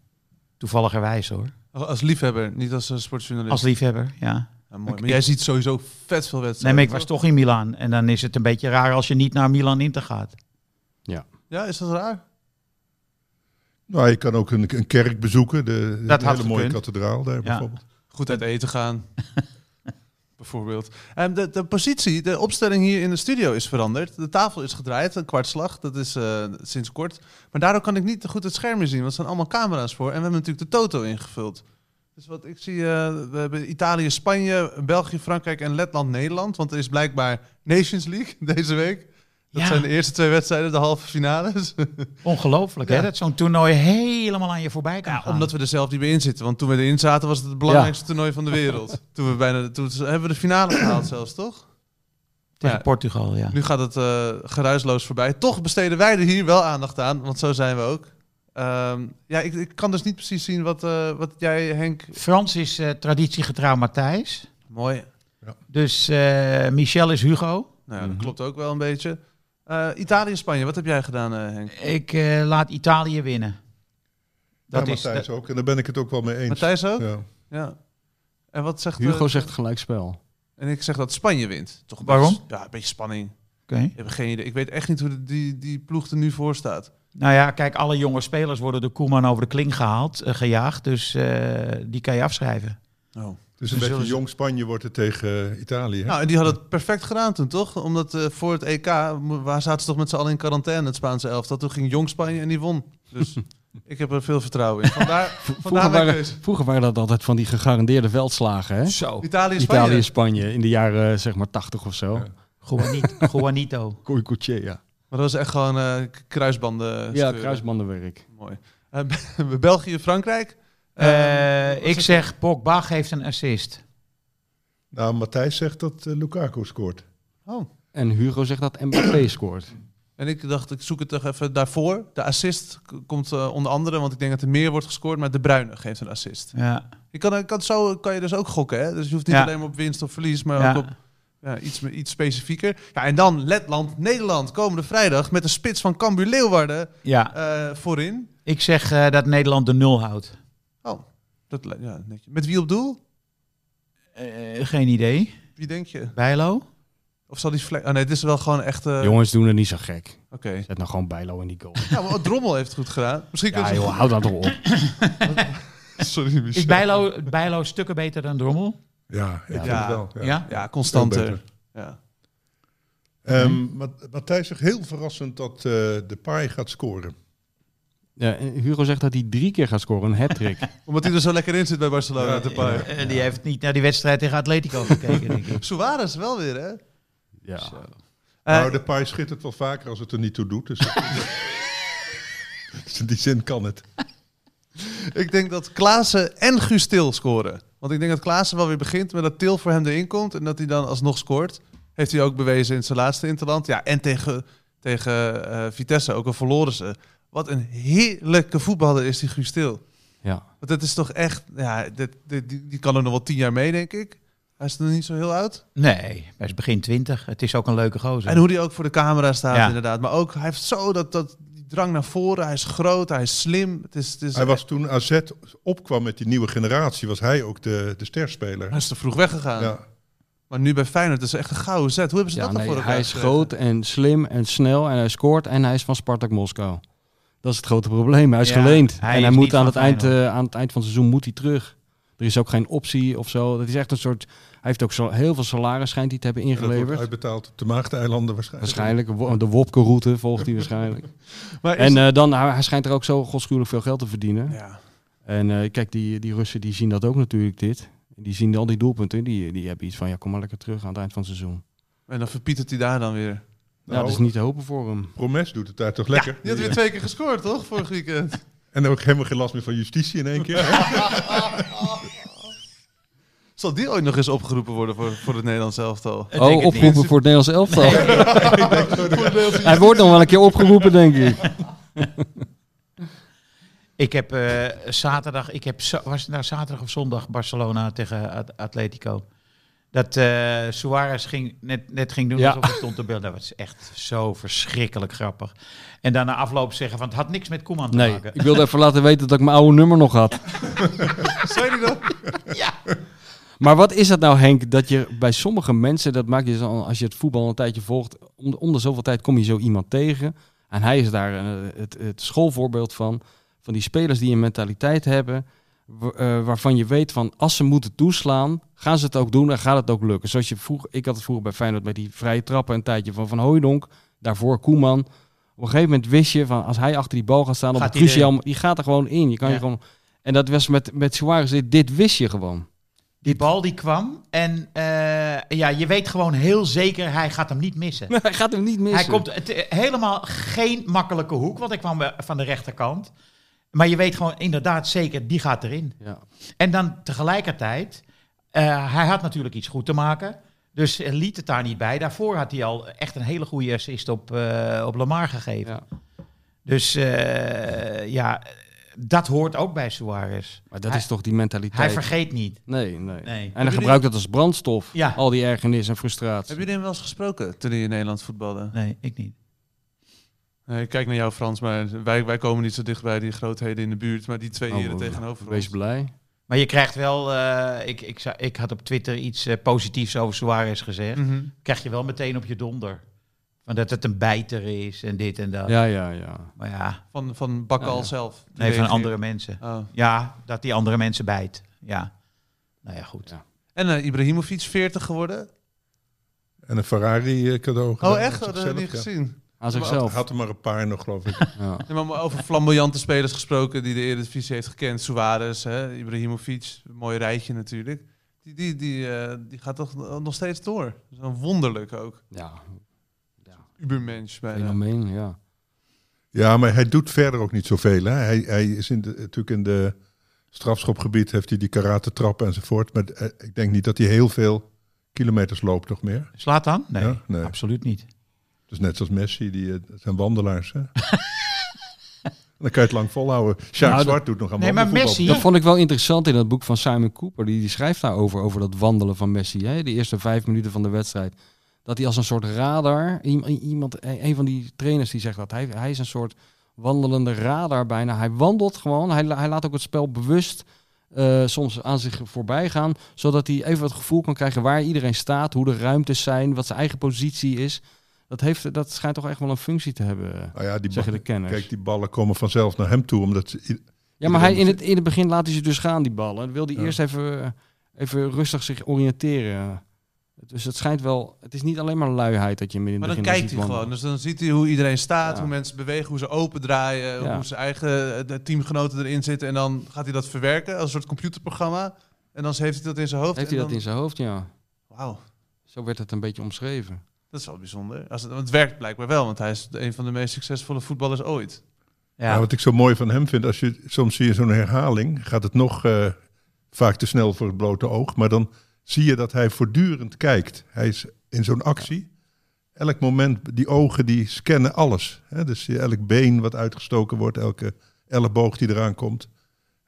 Speaker 4: Toevalligerwijs hoor.
Speaker 2: Oh, Als liefhebber, niet als eh, sportjournalist.
Speaker 4: Als liefhebber, ja.
Speaker 2: Ja, mooi. Maar jij ziet sowieso vet veel wedstrijden.
Speaker 4: Nee, maar ik was
Speaker 2: toch?
Speaker 4: toch in Milaan. En dan is het een beetje raar als je niet naar Milan Inter gaat.
Speaker 2: Ja, is dat raar?
Speaker 1: Nou, je kan ook een, een kerk bezoeken. De,
Speaker 4: Dat
Speaker 1: een
Speaker 4: had
Speaker 1: hele mooie
Speaker 4: gekund.
Speaker 1: kathedraal daar bijvoorbeeld.
Speaker 2: Goed uit eten gaan. Bijvoorbeeld. En de, de positie, de opstelling hier in de studio is veranderd. De tafel is gedraaid, een kwartslag. Dat is eh, sinds kort. Maar daardoor kan ik niet goed het scherm meer zien, want er zijn allemaal camera's voor. En we hebben natuurlijk de toto ingevuld. Dus wat ik zie, eh, we hebben Italië, Spanje, België, Frankrijk en Letland, Nederland. Want er is blijkbaar Nations League *laughs* deze week. Dat
Speaker 4: Ja.
Speaker 2: zijn de eerste twee wedstrijden, de halve finales.
Speaker 4: Ongelooflijk,
Speaker 2: Ja.
Speaker 4: hè? Dat zo'n toernooi helemaal aan je voorbij kan
Speaker 2: Ja,
Speaker 5: Ah.
Speaker 4: gaan.
Speaker 2: omdat we er zelf niet meer in zitten. Want toen we erin zaten was het het belangrijkste toernooi van de
Speaker 5: *laughs*
Speaker 2: wereld. Toen, we bijna, toen hebben we de finale gehaald zelfs, toch?
Speaker 4: Tegen
Speaker 2: Ja.
Speaker 4: Portugal, ja.
Speaker 2: Nu gaat het eh, geruisloos voorbij. Toch besteden wij er hier wel aandacht aan, want zo zijn we ook. Ehm, ja, ik, ik kan dus niet precies zien wat, eh, wat jij, Henk...
Speaker 4: Frans is eh, traditiegetrouw Matthijs.
Speaker 2: Mooi.
Speaker 4: Dus eh, Michel is Hugo.
Speaker 2: Nou ja,
Speaker 5: Mhm.
Speaker 2: dat klopt ook wel een beetje. Eh, Italië, Spanje, wat heb jij gedaan, eh, Henk?
Speaker 4: Ik eh, laat Italië winnen.
Speaker 1: Dat ja, Matthijs ook. En daar ben ik het ook wel mee eens.
Speaker 2: Matthijs ook? Ja.
Speaker 1: Ja.
Speaker 2: En wat zegt... eh,
Speaker 5: Hugo zegt gelijkspel.
Speaker 2: en ik zeg dat Spanje wint. Toch een
Speaker 4: Waarom?
Speaker 2: beetje- ja, een beetje spanning.
Speaker 4: Oké.
Speaker 2: Ik heb geen idee. Ik weet echt niet hoe de- die, die ploeg er nu voor staat.
Speaker 4: Nou ja, kijk, alle jonge spelers worden door Koeman over de kling gehaald, eh, gejaagd. Dus eh, die kan je afschrijven.
Speaker 5: Oh.
Speaker 1: Dus een beetje
Speaker 4: Dus zullen ze-
Speaker 1: jong Spanje wordt het tegen eh, Italië. hè?
Speaker 2: Nou, en die hadden het perfect gedaan toen, toch? Omdat eh, voor het EK, mo- waar zaten ze toch met z'n allen in quarantaine, het Spaanse elftal? Toen ging Jong Spanje en die won. Dus ik heb er veel vertrouwen in. Vandaar, vandaar
Speaker 5: Vroeger
Speaker 2: mijn
Speaker 5: waren,
Speaker 2: keuze.
Speaker 5: vroeger waren dat altijd van die gegarandeerde veldslagen, hè?
Speaker 4: Zo.
Speaker 2: Italië, Spanje.
Speaker 5: Italië, Spanje in de jaren eh, zeg maar 80 of zo.
Speaker 1: Ja.
Speaker 4: Juanito. Juanito.
Speaker 5: Coicoche, ja.
Speaker 2: Maar dat was echt gewoon eh, k- kruisbanden.
Speaker 5: Ja,
Speaker 2: scheuren.
Speaker 5: kruisbandenwerk.
Speaker 2: Mooi. Eh, *laughs* Be- België, Frankrijk. Ehm,
Speaker 4: Eh,
Speaker 2: wat
Speaker 4: ik
Speaker 2: zeg je?
Speaker 4: zeg, Pogba geeft een assist.
Speaker 1: Nou, Matthijs zegt dat eh, Lukaku scoort.
Speaker 2: Oh.
Speaker 5: En Hugo zegt dat Mbappé scoort.
Speaker 2: En ik dacht, ik zoek het toch even daarvoor. De assist k- komt eh, onder andere, want ik denk dat er meer wordt gescoord, maar De Bruyne geeft een assist.
Speaker 4: Ja.
Speaker 2: Je kan, kan, zo kan je dus ook gokken, hè? Dus je hoeft niet
Speaker 4: Ja.
Speaker 2: alleen maar op winst of verlies, maar
Speaker 4: Ja.
Speaker 2: ook op Ja, iets, iets specifieker. Ja, en dan Letland, Nederland komende vrijdag met de spits van Cambuur Leeuwarden
Speaker 4: ja.
Speaker 2: eh, voorin.
Speaker 4: Ik zeg eh, dat Nederland de nul houdt.
Speaker 2: Oh, dat, li- ja, netjes. Met wie op doel?
Speaker 4: Eh, geen idee.
Speaker 2: Wie denk je?
Speaker 4: Bijlo?
Speaker 2: Of zal die vlek... Oh nee, dit is wel gewoon echt... eh,
Speaker 5: Jongens doen het niet zo gek.
Speaker 2: Oké.
Speaker 5: Zet nou gewoon Bijlo in die *laughs* goal.
Speaker 2: Nou, maar Drommel heeft het goed gedaan. Misschien
Speaker 5: Ja
Speaker 2: kunnen ze...
Speaker 5: joh, hou dat toch op.
Speaker 2: *laughs* Sorry,
Speaker 4: Is
Speaker 1: Dus
Speaker 2: Michel.
Speaker 4: Bijlo, Bijlo stukken beter dan Drommel?
Speaker 1: Ja, ik
Speaker 5: Ja.
Speaker 1: vind het wel.
Speaker 4: Ja.
Speaker 1: Ja.
Speaker 2: Ja,
Speaker 1: Veel
Speaker 2: constanter.
Speaker 1: beter.
Speaker 2: Ja.
Speaker 1: Ehm, Mat- Matthijs zegt heel verrassend dat eh de Pai gaat scoren.
Speaker 5: Ja, en Hugo zegt dat hij drie keer gaat scoren, een *laughs* hat-trick.
Speaker 2: Omdat hij er zo lekker in zit bij Barcelona.
Speaker 1: Ja,
Speaker 2: te paar.
Speaker 4: Eh, die heeft niet naar die wedstrijd tegen Atletico gekeken, denk ik.
Speaker 2: Suarez wel weer, hè?
Speaker 5: ja.
Speaker 2: Eh,
Speaker 1: nou, de paai schittert wel vaker als het er niet toe doet. Dus, dus in die zin kan het.
Speaker 2: Ik denk dat Klaassen en Guus Til scoren. Want ik denk dat Klaassen wel weer begint, maar dat Til voor hem erin komt en dat hij dan alsnog scoort. Heeft hij ook bewezen in zijn laatste Interland. Ja, en tegen, tegen eh, Vitesse, ook al verloren ze. Wat een heerlijke voetballer is die Guus Til.
Speaker 5: ja.
Speaker 2: Want dat is toch echt, ja, dit, dit- die, die kan er nog wel tien jaar mee, denk ik. Hij is nog niet zo heel oud.
Speaker 4: Nee, hij is begin twintig. Het is ook een leuke gozer.
Speaker 2: En hoe die ook voor de camera staat,
Speaker 4: Ja.
Speaker 2: inderdaad. Maar ook, hij heeft zo dat, dat die drang naar voren. Hij is groot, hij is slim. Het is, het is,
Speaker 1: Hij was toen AZ opkwam met die nieuwe generatie, was hij ook de, de sterspeler.
Speaker 2: hij is te vroeg weggegaan.
Speaker 1: Ja.
Speaker 2: Maar nu bij Feyenoord is het echt een gouden zet. Hoe hebben ze
Speaker 5: Ja,
Speaker 2: dat dan
Speaker 5: nee,
Speaker 2: voor elkaar?
Speaker 5: hij is
Speaker 2: gekregen?
Speaker 5: groot en slim en snel en hij scoort en hij is van Spartak Moskou. Dat is het grote probleem. Hij is
Speaker 4: Ja,
Speaker 5: geleend.
Speaker 4: hij
Speaker 5: en hij
Speaker 4: is
Speaker 5: moet
Speaker 4: niet
Speaker 5: aan
Speaker 4: van
Speaker 5: het, eind,
Speaker 4: Feyenoord.
Speaker 5: eh, aan het eind van het seizoen moet hij terug. Er is ook geen optie of zo. Dat is echt een soort... Hij heeft ook zo, heel veel salaris schijnt hij te hebben
Speaker 1: En dat wordt
Speaker 5: ingeleverd.
Speaker 1: uitbetaald op de Maagdeilanden waarschijnlijk.
Speaker 5: Waarschijnlijk. Wo- De Wopke-route volgt hij waarschijnlijk.
Speaker 2: Maar is-
Speaker 5: En eh, dan, hij hij schijnt er ook zo godschuwelijk veel geld te verdienen.
Speaker 2: ja.
Speaker 5: En eh, kijk, die, die Russen die zien dat ook natuurlijk dit. Die zien al die doelpunten. Die, die hebben iets van, ja, kom maar lekker terug aan het eind van het seizoen.
Speaker 2: en dan verpietert hij daar dan weer.
Speaker 5: Nou, dat is niet te hopen voor hem.
Speaker 1: Promes doet het daar toch lekker.
Speaker 2: Die had weer twee keer gescoord, toch? Vorig weekend.
Speaker 1: En ook helemaal geen last meer van justitie in één keer. hè?
Speaker 2: Zal die ooit nog eens opgeroepen worden voor, voor het Nederlands elftal?
Speaker 4: Ik denk
Speaker 5: Oh,
Speaker 4: het
Speaker 5: opgeroepen voor het
Speaker 2: *laughs*
Speaker 5: Nederlands elftal.
Speaker 2: Voor
Speaker 5: *laughs*
Speaker 2: het Nederlands-
Speaker 5: Hij wordt nog wel een keer opgeroepen, denk ik.
Speaker 4: Ik heb eh, zaterdag, ik heb, za- was het nou zaterdag of zondag Barcelona tegen At- Atletico. Dat eh Suarez ging, net, net ging doen
Speaker 5: Ja.
Speaker 4: alsof hij stond te beelden. Dat was echt zo verschrikkelijk grappig. En dan na afloop zeggen van het had niks met Koeman te
Speaker 5: *laughs* Nee,
Speaker 4: maken.
Speaker 5: ik wilde even laten weten dat ik mijn oude nummer nog had.
Speaker 2: *laughs* Zei
Speaker 5: *laughs*
Speaker 2: die dat?
Speaker 5: Maar wat is dat nou, Henk, dat je bij sommige mensen, dat maakt je zo, als je het voetbal een tijdje volgt, om de, om de zoveel tijd kom je zo iemand tegen. En hij is daar eh, het, het schoolvoorbeeld van, van die spelers die een mentaliteit hebben, wa- eh, waarvan je weet van als ze moeten toeslaan, gaan ze het ook doen en gaat het ook lukken. Zoals je vroeg, ik had het vroeger bij Feyenoord met die vrije trappen een tijdje van Van Hooijdonk, daarvoor Koeman. Op een gegeven moment wist je van als hij achter die bal gaat staan, op
Speaker 4: Gaat
Speaker 5: het
Speaker 4: hij
Speaker 5: cruciaal, die gaat er gewoon in. Je kan je
Speaker 4: Ja.
Speaker 5: gewoon, en dat was met, met Suarez, dit, dit wist je gewoon.
Speaker 4: Die bal die kwam en eh, ja, je weet gewoon heel zeker hij gaat hem niet missen.
Speaker 5: hij gaat hem niet missen.
Speaker 4: Hij komt het, eh, helemaal geen makkelijke hoek, want hij kwam wel van de rechterkant. Maar je weet gewoon inderdaad zeker, die gaat erin.
Speaker 5: Ja.
Speaker 4: En dan tegelijkertijd, eh, hij had natuurlijk iets goed te maken. Dus eh, liet het daar niet bij. Daarvoor had hij al echt een hele goede assist op, eh op Lamar gegeven.
Speaker 5: Ja.
Speaker 4: Dus eh, ja, dat hoort ook bij Suarez.
Speaker 5: Maar dat
Speaker 4: Hij-
Speaker 5: is toch die mentaliteit.
Speaker 4: Hij vergeet niet.
Speaker 5: nee, nee,
Speaker 4: Nee.
Speaker 5: En
Speaker 2: jullie-
Speaker 5: hij gebruikt dat als brandstof.
Speaker 4: Ja.
Speaker 5: Al die ergernis en frustratie.
Speaker 2: Hebben jullie hem wel eens gesproken toen hij in Nederland voetbalde?
Speaker 4: Nee, ik niet.
Speaker 2: Nee, ik kijk naar jou Frans, maar wij, wij komen niet zo dicht bij die grootheden in de buurt. Maar die twee
Speaker 5: Oh,
Speaker 2: heren
Speaker 5: oh,
Speaker 2: tegenover
Speaker 5: Wees
Speaker 2: ons.
Speaker 5: blij.
Speaker 4: Maar je krijgt wel, eh, ik, ik, zou- ik had op Twitter iets eh, positiefs over Suarez gezegd.
Speaker 2: Mhm.
Speaker 4: Krijg je wel meteen op je donder. Van dat het een bijter is en dit en dat.
Speaker 5: Ja, ja, ja.
Speaker 4: Maar ja,
Speaker 2: Van, van Bakkal
Speaker 5: Ja, ja.
Speaker 2: zelf. Die
Speaker 4: nee, van
Speaker 2: reageert.
Speaker 4: andere mensen.
Speaker 2: Oh.
Speaker 4: Ja, dat die andere mensen bijt. Ja. Nou ja, goed.
Speaker 2: En eh, Ibrahimovic, 40 geworden.
Speaker 1: En een Ferrari eh, cadeau. gedaan
Speaker 2: Oh, echt?
Speaker 1: aan
Speaker 2: Dat had ik
Speaker 1: zichzelf,
Speaker 2: niet
Speaker 1: ja.
Speaker 2: gezien.
Speaker 5: Aan
Speaker 1: Maar Had,
Speaker 5: zichzelf.
Speaker 1: had er maar een paar nog, geloof ik. *laughs*
Speaker 2: Nee,
Speaker 5: Ja.
Speaker 2: maar maar over flamboyante spelers gesproken die de Eredivisie heeft gekend. Suarez, hè, Ibrahimovic, mooi rijtje natuurlijk. Die, die, die, eh, die gaat toch nog steeds door. Zo'n wonderlijk ook.
Speaker 5: ja.
Speaker 2: Ubermensch bijna.
Speaker 5: Fenomeen, ja.
Speaker 1: Ja, maar hij doet verder ook niet zoveel. Hè? Hij, hij is in de, natuurlijk in de strafschopgebied, heeft hij die karate trappen enzovoort. Maar eh, ik denk niet dat hij heel veel kilometers loopt nog meer.
Speaker 4: Slaat dan? Nee,
Speaker 1: Ja? Nee.
Speaker 5: Ah.
Speaker 4: absoluut niet.
Speaker 1: Dus net zoals Messi, die eh, dat zijn wandelaars. Hè? *laughs* Dan kan je het lang volhouden. Sjaak
Speaker 5: Nou, dat-
Speaker 1: Zwart doet nog aan
Speaker 4: Nee, maar
Speaker 1: wandelvoetbal.
Speaker 4: Messi-
Speaker 5: Dat vond ik wel interessant in dat boek van Simon Cooper. Die, die schrijft daarover, over dat wandelen van Messi. Hè? De eerste vijf minuten van de wedstrijd. Dat hij als een soort radar, i- i- iemand, e- een van die trainers die zegt dat, hij, hij is een soort wandelende radar bijna. Hij wandelt gewoon, hij, la- hij laat ook het spel bewust eh, soms aan zich voorbij gaan. Zodat hij even het gevoel kan krijgen waar iedereen staat, hoe de ruimtes zijn, wat zijn eigen positie is. Dat, heeft, dat schijnt toch echt wel een functie te hebben,
Speaker 1: Nou ja, die
Speaker 5: zeggen de
Speaker 1: ballen-
Speaker 5: kenners.
Speaker 1: kijk, die ballen komen vanzelf naar hem toe. Omdat ze-
Speaker 5: Ja, maar hij, in,
Speaker 1: Iedereen-
Speaker 5: het, in het begin laat hij ze dus gaan, die ballen. Dan wil hij
Speaker 1: Ja.
Speaker 5: eerst even, even rustig zich oriënteren. Dus het schijnt wel... Het is niet alleen maar luiheid dat je hem in het
Speaker 2: Maar dan
Speaker 5: begin
Speaker 2: kijkt
Speaker 5: ziet
Speaker 2: hij gewoon.
Speaker 5: wandelen.
Speaker 2: Dus dan ziet hij hoe iedereen staat,
Speaker 5: Ja.
Speaker 2: hoe mensen bewegen, hoe ze opendraaien,
Speaker 5: Ja.
Speaker 2: hoe zijn eigen eh, de teamgenoten erin zitten. En dan gaat hij dat verwerken als een soort computerprogramma. En dan heeft hij dat in zijn hoofd.
Speaker 5: Heeft
Speaker 2: en
Speaker 5: hij dat
Speaker 2: dan-
Speaker 5: in zijn hoofd? Ja.
Speaker 2: Wauw,
Speaker 5: Zo werd het een beetje omschreven.
Speaker 2: dat is wel bijzonder. Als het, want het werkt blijkbaar wel, want hij is een van de meest succesvolle voetballers ooit.
Speaker 1: Ja. wat ik zo mooi van hem vind, als je soms zie je zo'n herhaling, gaat het nog eh, vaak te snel voor het blote oog, maar dan zie je dat hij voortdurend kijkt. Hij is in zo'n actie, elk moment, die ogen die scannen alles. Hè? Dus je- elk been wat uitgestoken wordt, elke elleboog die eraan komt.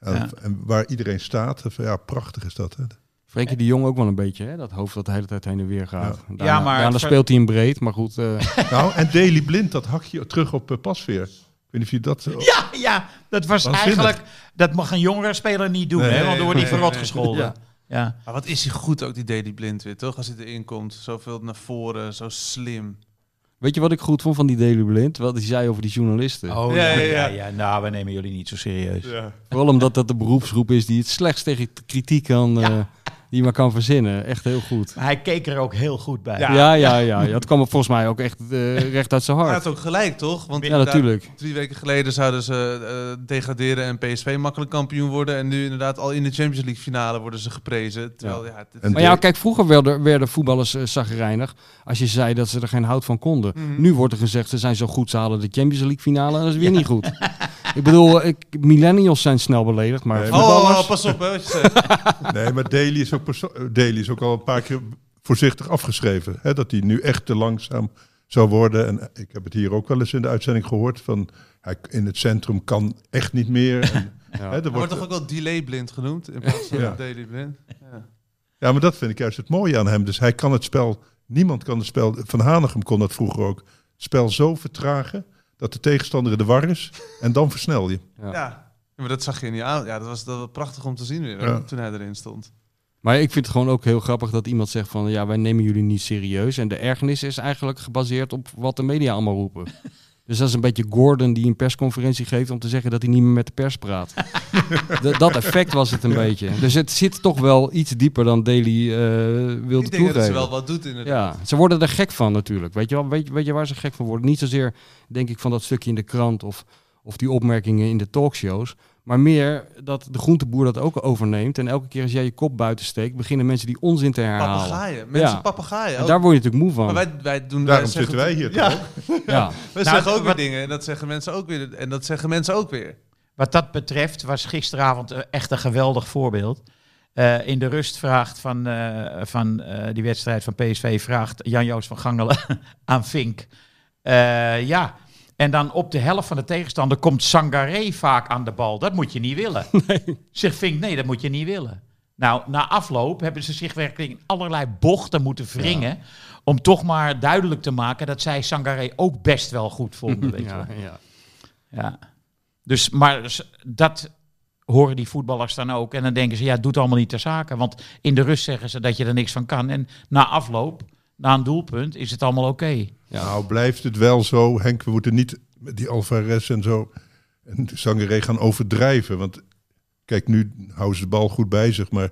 Speaker 1: En,
Speaker 4: Ja.
Speaker 1: en waar iedereen staat, van, ja, prachtig is dat. Hè?
Speaker 5: Frenkie de Jong ook wel een beetje, hè? Dat hoofd dat de hele tijd heen en weer gaat. Ja,
Speaker 4: Ja, maar
Speaker 5: Daarna
Speaker 4: het ver-
Speaker 5: speelt hij in breed, maar goed... eh, *laughs*
Speaker 1: nou, en Daily Blind, dat hakje terug op eh, Pasveer. Ik weet niet of je dat...
Speaker 4: Ja, ja, dat was
Speaker 1: Waanzinnig.
Speaker 4: eigenlijk... Dat mag een jongere speler niet doen,
Speaker 1: Nee,
Speaker 4: hè, want dan wordt hij
Speaker 2: nee,
Speaker 4: verrot
Speaker 2: nee.
Speaker 4: gescholden.
Speaker 5: Ja.
Speaker 4: Ja.
Speaker 2: Maar wat is hij goed ook, die Daily Blind weer, toch? Als hij erin komt, zoveel naar voren, zo slim.
Speaker 5: Weet je wat ik goed vond van die Daily Blind? Wat hij zei over die journalisten.
Speaker 4: Oh
Speaker 2: Ja,
Speaker 4: ja,
Speaker 2: ja,
Speaker 4: ja,
Speaker 2: ja.
Speaker 4: ja. Nou, we nemen jullie niet zo serieus.
Speaker 5: Vooral omdat dat de beroepsgroep is die het slechts tegen kritiek kan, eh, die maar kan verzinnen. Echt heel goed.
Speaker 4: Maar hij keek er ook heel goed bij.
Speaker 5: Ja, ja, ja. ja. Dat kwam er volgens mij ook echt eh, recht uit zijn
Speaker 2: Hij
Speaker 5: hart.
Speaker 2: had ook gelijk, toch? Want
Speaker 5: Ja,
Speaker 2: inderdaad,
Speaker 5: natuurlijk.
Speaker 2: Drie weken geleden zouden ze eh, degraderen en PSV makkelijk kampioen worden. En nu inderdaad al in de Champions League finale worden ze geprezen. Terwijl, ja, dit-
Speaker 1: En-
Speaker 5: Maar ja, kijk, vroeger werden, werden voetballers eh, zagrijnig als je zei dat ze er geen hout van konden. Nu wordt er gezegd, ze zijn zo goed, ze halen de Champions League finale en dat is weer niet goed. ik bedoel, eh, ik, millennials zijn snel beledigd, maar
Speaker 1: Nee,
Speaker 2: Oh,
Speaker 5: voetballers...
Speaker 2: oh, pas op, hè, wat je zegt.
Speaker 1: Nee, maar Daly is ook, perso- eh, Daly is ook al een paar keer voorzichtig afgeschreven. Hè? Dat hij nu echt te langzaam zou worden. En eh, ik heb het hier ook wel eens in de uitzending gehoord. Van, hij k- in het centrum kan echt niet
Speaker 2: *laughs*
Speaker 1: meer. En,
Speaker 5: Ja.
Speaker 1: hè, er
Speaker 2: Er wordt
Speaker 1: wordt, eh,
Speaker 2: toch ook wel delay blind genoemd in plaats van
Speaker 1: Ja.
Speaker 2: daily blind? Ja.
Speaker 1: ja, maar dat vind ik juist het mooie aan hem. Dus hij kan het spel, niemand kan het spel, Van Hanegem kon dat vroeger ook. Het spel zo vertragen dat de tegenstander in de war is. En dan versnel je.
Speaker 5: Ja.
Speaker 2: Ja. maar dat zag je niet aan. Ja, dat was, dat was prachtig om te zien weer,
Speaker 1: Ja.
Speaker 2: toen hij erin stond.
Speaker 5: Maar ik vind het gewoon ook heel grappig dat iemand zegt van... ja, wij nemen jullie niet serieus. En de ergernis is eigenlijk gebaseerd op wat de media allemaal roepen. Dus dat is een beetje Gordon die een persconferentie geeft... om te zeggen dat hij niet meer met de pers praat. D- dat effect was het een beetje. Dus het zit toch wel iets dieper dan Daily eh wilde
Speaker 2: Ik denk dat ze
Speaker 5: toegeven.
Speaker 2: wel wat doet inderdaad.
Speaker 5: Ja, ze worden er gek van natuurlijk. Weet je, wel? Weet, je- weet je waar ze gek van worden? Niet zozeer, denk ik, van dat stukje in de krant of, of die opmerkingen in de talkshows. Maar meer dat de groenteboer dat ook overneemt. En elke keer als jij je kop buiten steekt, beginnen mensen die onzin te herhalen.
Speaker 2: Papegaaien. Mensen
Speaker 5: Ja.
Speaker 2: papegaaien.
Speaker 5: En
Speaker 2: ook.
Speaker 5: daar word je natuurlijk moe
Speaker 2: Maar
Speaker 5: van.
Speaker 2: wij, wij doen...
Speaker 1: Daarom
Speaker 2: wij zeggen-
Speaker 1: zitten wij hier toch
Speaker 2: Ja,
Speaker 5: ja.
Speaker 2: we
Speaker 4: Nou,
Speaker 2: zeggen ook weer
Speaker 4: wat-
Speaker 2: dingen en dat zeggen mensen ook weer. En dat zeggen mensen ook weer.
Speaker 4: Wat dat betreft was gisteravond eh, echt een geweldig voorbeeld. Eh, in de rust vraagt van, eh, van eh, die wedstrijd van PSV vraagt Jan-Joos van Gangelen *laughs* aan Vink. Eh, ja, en dan op de helft van de tegenstander komt Sangaré vaak aan de bal. Dat moet je niet willen. Zegt Vink, nee, dat moet je niet willen. Nou, na afloop hebben ze zich werkelijk in allerlei bochten moeten wringen... om toch maar duidelijk te maken dat zij Sangaré ook best wel goed vonden. Weet je wel.
Speaker 5: Ja, ja.
Speaker 4: Ja. Dus, maar s- dat horen die voetballers dan ook. En dan denken ze, ja, het doet allemaal niet ter zake. Want in de rust zeggen ze dat je er niks van kan. En na afloop, na een doelpunt, is het allemaal oké.
Speaker 5: Ja.
Speaker 1: Nou, blijft het wel zo, Henk. We moeten niet met die Alvarez en zo en Sangaré gaan overdrijven. Want kijk, nu houden ze de bal goed bij zich. Maar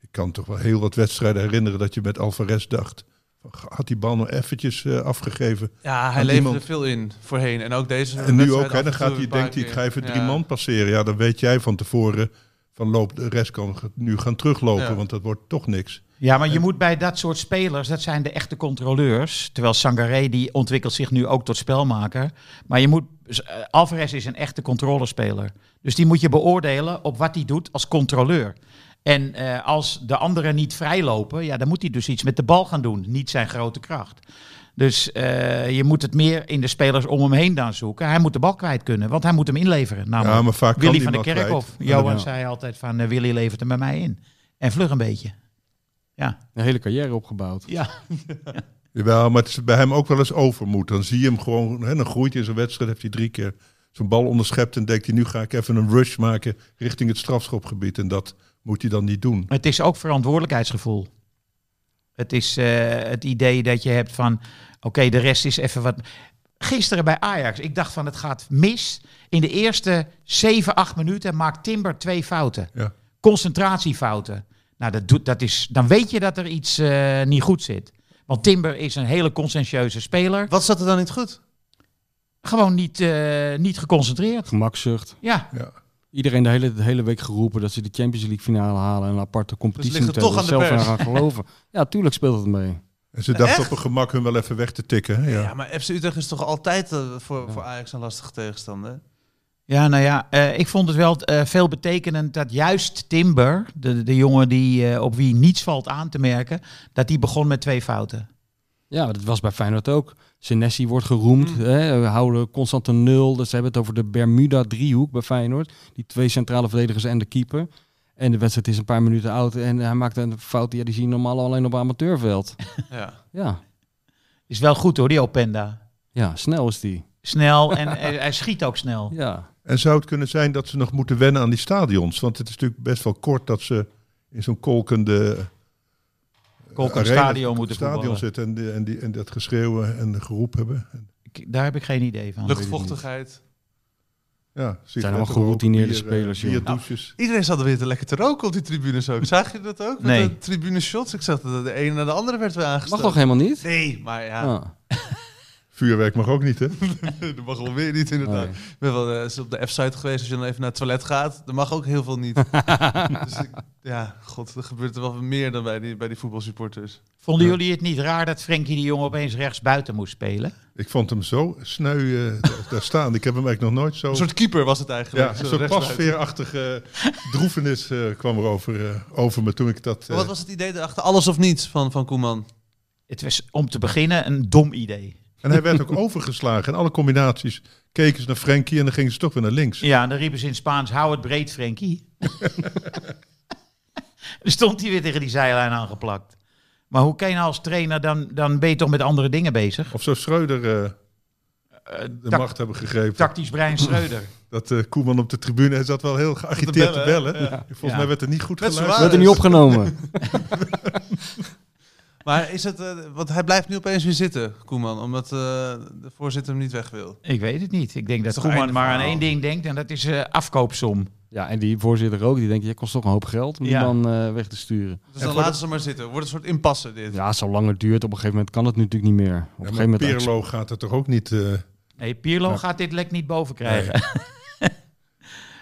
Speaker 1: ik kan toch wel heel wat wedstrijden herinneren dat je met Alvarez dacht. van, Had die bal nog eventjes eh, afgegeven?
Speaker 2: Ja, hij
Speaker 1: Want
Speaker 2: leverde
Speaker 1: iemand-
Speaker 2: er veel in voorheen. En ook deze.
Speaker 1: En nu
Speaker 2: wedstrijd
Speaker 1: ook, hè, dan
Speaker 2: af en toe
Speaker 1: gaat hij,
Speaker 2: een paar
Speaker 1: denkt hij, ik ga
Speaker 2: keer.
Speaker 1: even
Speaker 2: Ja.
Speaker 1: drie man passeren. Ja, dan weet jij van tevoren van loop, de rest kan nu gaan teruglopen.
Speaker 2: Ja.
Speaker 1: Want dat wordt toch niks.
Speaker 4: Ja, maar je moet bij dat soort spelers, dat zijn de echte controleurs. Terwijl Sangaré, die ontwikkelt zich nu ook tot spelmaker. Maar je moet, s- eh, Alvarez is een echte controlespeler. Dus die moet je beoordelen op wat hij doet als controleur. En eh, als de anderen niet vrijlopen, ja, dan moet hij dus iets met de bal gaan doen. Niet zijn grote kracht. Dus eh, je moet het meer in de spelers om hem heen dan zoeken. Hij moet de bal kwijt kunnen, want hij moet hem inleveren. Namelijk.
Speaker 1: Ja, maar vaak kan
Speaker 4: Willy
Speaker 1: die
Speaker 4: van der
Speaker 1: bal kwijt.
Speaker 4: Kerkhof.
Speaker 1: En
Speaker 4: Johan
Speaker 1: dan-
Speaker 4: zei altijd van, eh, Willy levert hem bij mij in. En vlug een beetje. Ja.
Speaker 5: Een hele carrière opgebouwd.
Speaker 4: Ja.
Speaker 1: Jawel, maar het is bij hem ook wel eens overmoed. Dan zie je hem gewoon, hè, dan groeit hij in zijn wedstrijd, heeft hij drie keer zijn bal onderschept en denkt hij, nu ga ik even een rush maken richting het strafschopgebied. En dat moet hij dan niet doen.
Speaker 4: Maar het is ook verantwoordelijkheidsgevoel. Het is eh, het idee dat je hebt van, oké, de rest is even wat. Gisteren bij Ajax, ik dacht van het gaat mis. In de eerste 7, 8 minuten maakt Timber twee fouten.
Speaker 1: Ja.
Speaker 4: Concentratiefouten. Nou, dat doet, dat is, dan weet je dat er iets eh, niet goed zit. Want Timber is een hele conscientieuze speler.
Speaker 2: Wat zat er dan niet goed?
Speaker 4: Gewoon niet, eh, niet geconcentreerd.
Speaker 5: Gemakzucht.
Speaker 4: Ja,
Speaker 1: Ja.
Speaker 5: Iedereen de hele, de hele week geroepen dat ze de Champions League finale halen en een aparte competitie
Speaker 2: ligt het
Speaker 5: moeten
Speaker 2: toch
Speaker 5: hebben.
Speaker 2: aan de
Speaker 5: zelf aan gaan
Speaker 2: *laughs*
Speaker 5: geloven. ja, tuurlijk speelt het mee.
Speaker 1: En ze dachten
Speaker 2: Echt?
Speaker 1: op hun gemak hun wel even weg te tikken. Hè?
Speaker 2: Ja.
Speaker 1: Ja.
Speaker 2: maar FC Utrecht is toch altijd eh, voor,
Speaker 5: Ja.
Speaker 2: voor Ajax een lastige tegenstander?
Speaker 4: Ja, nou ja, eh, ik vond het wel eh, veelbetekenend dat juist Timber, de, de jongen die, eh, op wie niets valt aan te merken, dat die begon met twee fouten.
Speaker 5: Ja, dat was bij Feyenoord ook. Senesi wordt geroemd.
Speaker 2: Mm.
Speaker 5: Hè, we houden constant een nul. Dus ze hebben het over de Bermuda-driehoek bij Feyenoord. Die twee centrale verdedigers en de keeper. En de wedstrijd is een paar minuten oud. En hij maakt een fout. Ja, die zie je normaal alleen op amateurveld.
Speaker 2: Ja.
Speaker 5: Ja,
Speaker 4: Is wel goed hoor, die Openda.
Speaker 5: ja snel is die.
Speaker 4: Snel en hij, hij schiet ook snel.
Speaker 5: Ja.
Speaker 1: En zou het kunnen zijn dat ze nog moeten wennen aan die stadions? Want het is natuurlijk best wel kort dat ze in zo'n kolkende... eh,
Speaker 4: Kolkend
Speaker 1: arena-
Speaker 4: stadion moeten
Speaker 1: stadion
Speaker 4: voetballen.
Speaker 1: zitten en, die- en, die, en dat geschreeuwen en geroep hebben.
Speaker 4: Ik- Daar heb ik geen idee van.
Speaker 2: Luchtvochtigheid.
Speaker 1: Ja,
Speaker 5: allemaal geroutineerde spelers, joh.
Speaker 1: Vier douches.
Speaker 2: Iedereen zat er weer te lekker te roken op die tribunes ook. Zag je dat ook? Met
Speaker 4: Nee.
Speaker 2: de tribune shots. Ik zag dat de ene naar de andere werd weer
Speaker 5: Mag
Speaker 2: aangesteld.
Speaker 5: toch helemaal niet?
Speaker 2: Nee, maar ja, *laughs*
Speaker 5: Ah,
Speaker 1: Vuurwerk mag ook niet, hè?
Speaker 2: dat mag wel weer niet inderdaad.
Speaker 5: nee.
Speaker 2: Ik ben wel eh, eens op de F-site geweest. Als je dan even naar het toilet gaat, dan mag ook heel veel
Speaker 4: *laughs*
Speaker 2: niet. dus ik, ja, god, er gebeurt er wel meer dan bij die, bij die voetbalsupporters.
Speaker 4: Vonden jullie het niet raar dat Frenkie de Jong opeens rechts buiten moest spelen?
Speaker 1: Ik vond hem zo sneu eh, daar- daar staan. Ik heb hem eigenlijk nog nooit zo...
Speaker 2: Een soort keeper was het eigenlijk.
Speaker 1: Oh. ja, een
Speaker 2: Zo
Speaker 1: soort
Speaker 2: rechtsbuiten.
Speaker 1: pasveerachtige droefenis eh, kwam er over, eh, over me toen ik dat... eh,
Speaker 2: Maar Wat was het idee erachter? Alles of niets van, van Koeman?
Speaker 4: Het was om te beginnen een dom idee.
Speaker 1: En hij werd ook overgeslagen. En alle combinaties keken ze naar Frenkie en dan gingen ze toch weer naar links.
Speaker 4: Ja, en dan riepen ze in Spaans, hou het breed *laughs* Frenkie. dan stond hij weer tegen die zijlijn aangeplakt. Maar hoe kan je nou als trainer, dan, dan ben je toch met andere dingen bezig?
Speaker 1: Of zou Schreuder eh, de
Speaker 4: tac-
Speaker 1: macht hebben gegrepen.
Speaker 4: Tactisch *clears throat* Brian Schreuder.
Speaker 1: Dat eh, Koeman op de tribune, hij zat wel heel geagiteerd te
Speaker 2: bellen,
Speaker 1: bellen.
Speaker 2: hè? Ja.
Speaker 1: Volgens
Speaker 4: Ja.
Speaker 1: mij werd er niet goed
Speaker 2: Met
Speaker 1: geluisterd.
Speaker 5: Werd er niet opgenomen. *laughs*
Speaker 2: Maar is het, eh, want hij blijft nu opeens weer zitten, Koeman, omdat eh, de voorzitter hem niet weg wil. Dus
Speaker 4: Ik weet het niet. Ik denk dat
Speaker 2: toch einde
Speaker 4: Koeman maar aan
Speaker 2: verhaal.
Speaker 4: één ding denkt en dat is eh, afkoopsom.
Speaker 5: Ja, en die voorzitter ook. Die denkt, je kost toch een hoop geld om die
Speaker 4: Ja.
Speaker 5: man eh, weg te sturen.
Speaker 2: Dus
Speaker 1: En
Speaker 2: dan
Speaker 1: voor
Speaker 2: laten ze maar zitten. Wordt een soort impasse dit.
Speaker 5: Ja, zolang het duurt, op een gegeven moment kan het natuurlijk niet meer. Op een
Speaker 1: Ja,
Speaker 5: gegeven
Speaker 1: maar
Speaker 5: moment...
Speaker 1: Pirlo gaat er toch ook niet... eh,
Speaker 4: Nee, Pirlo
Speaker 5: Ja.
Speaker 4: gaat dit lek niet boven krijgen.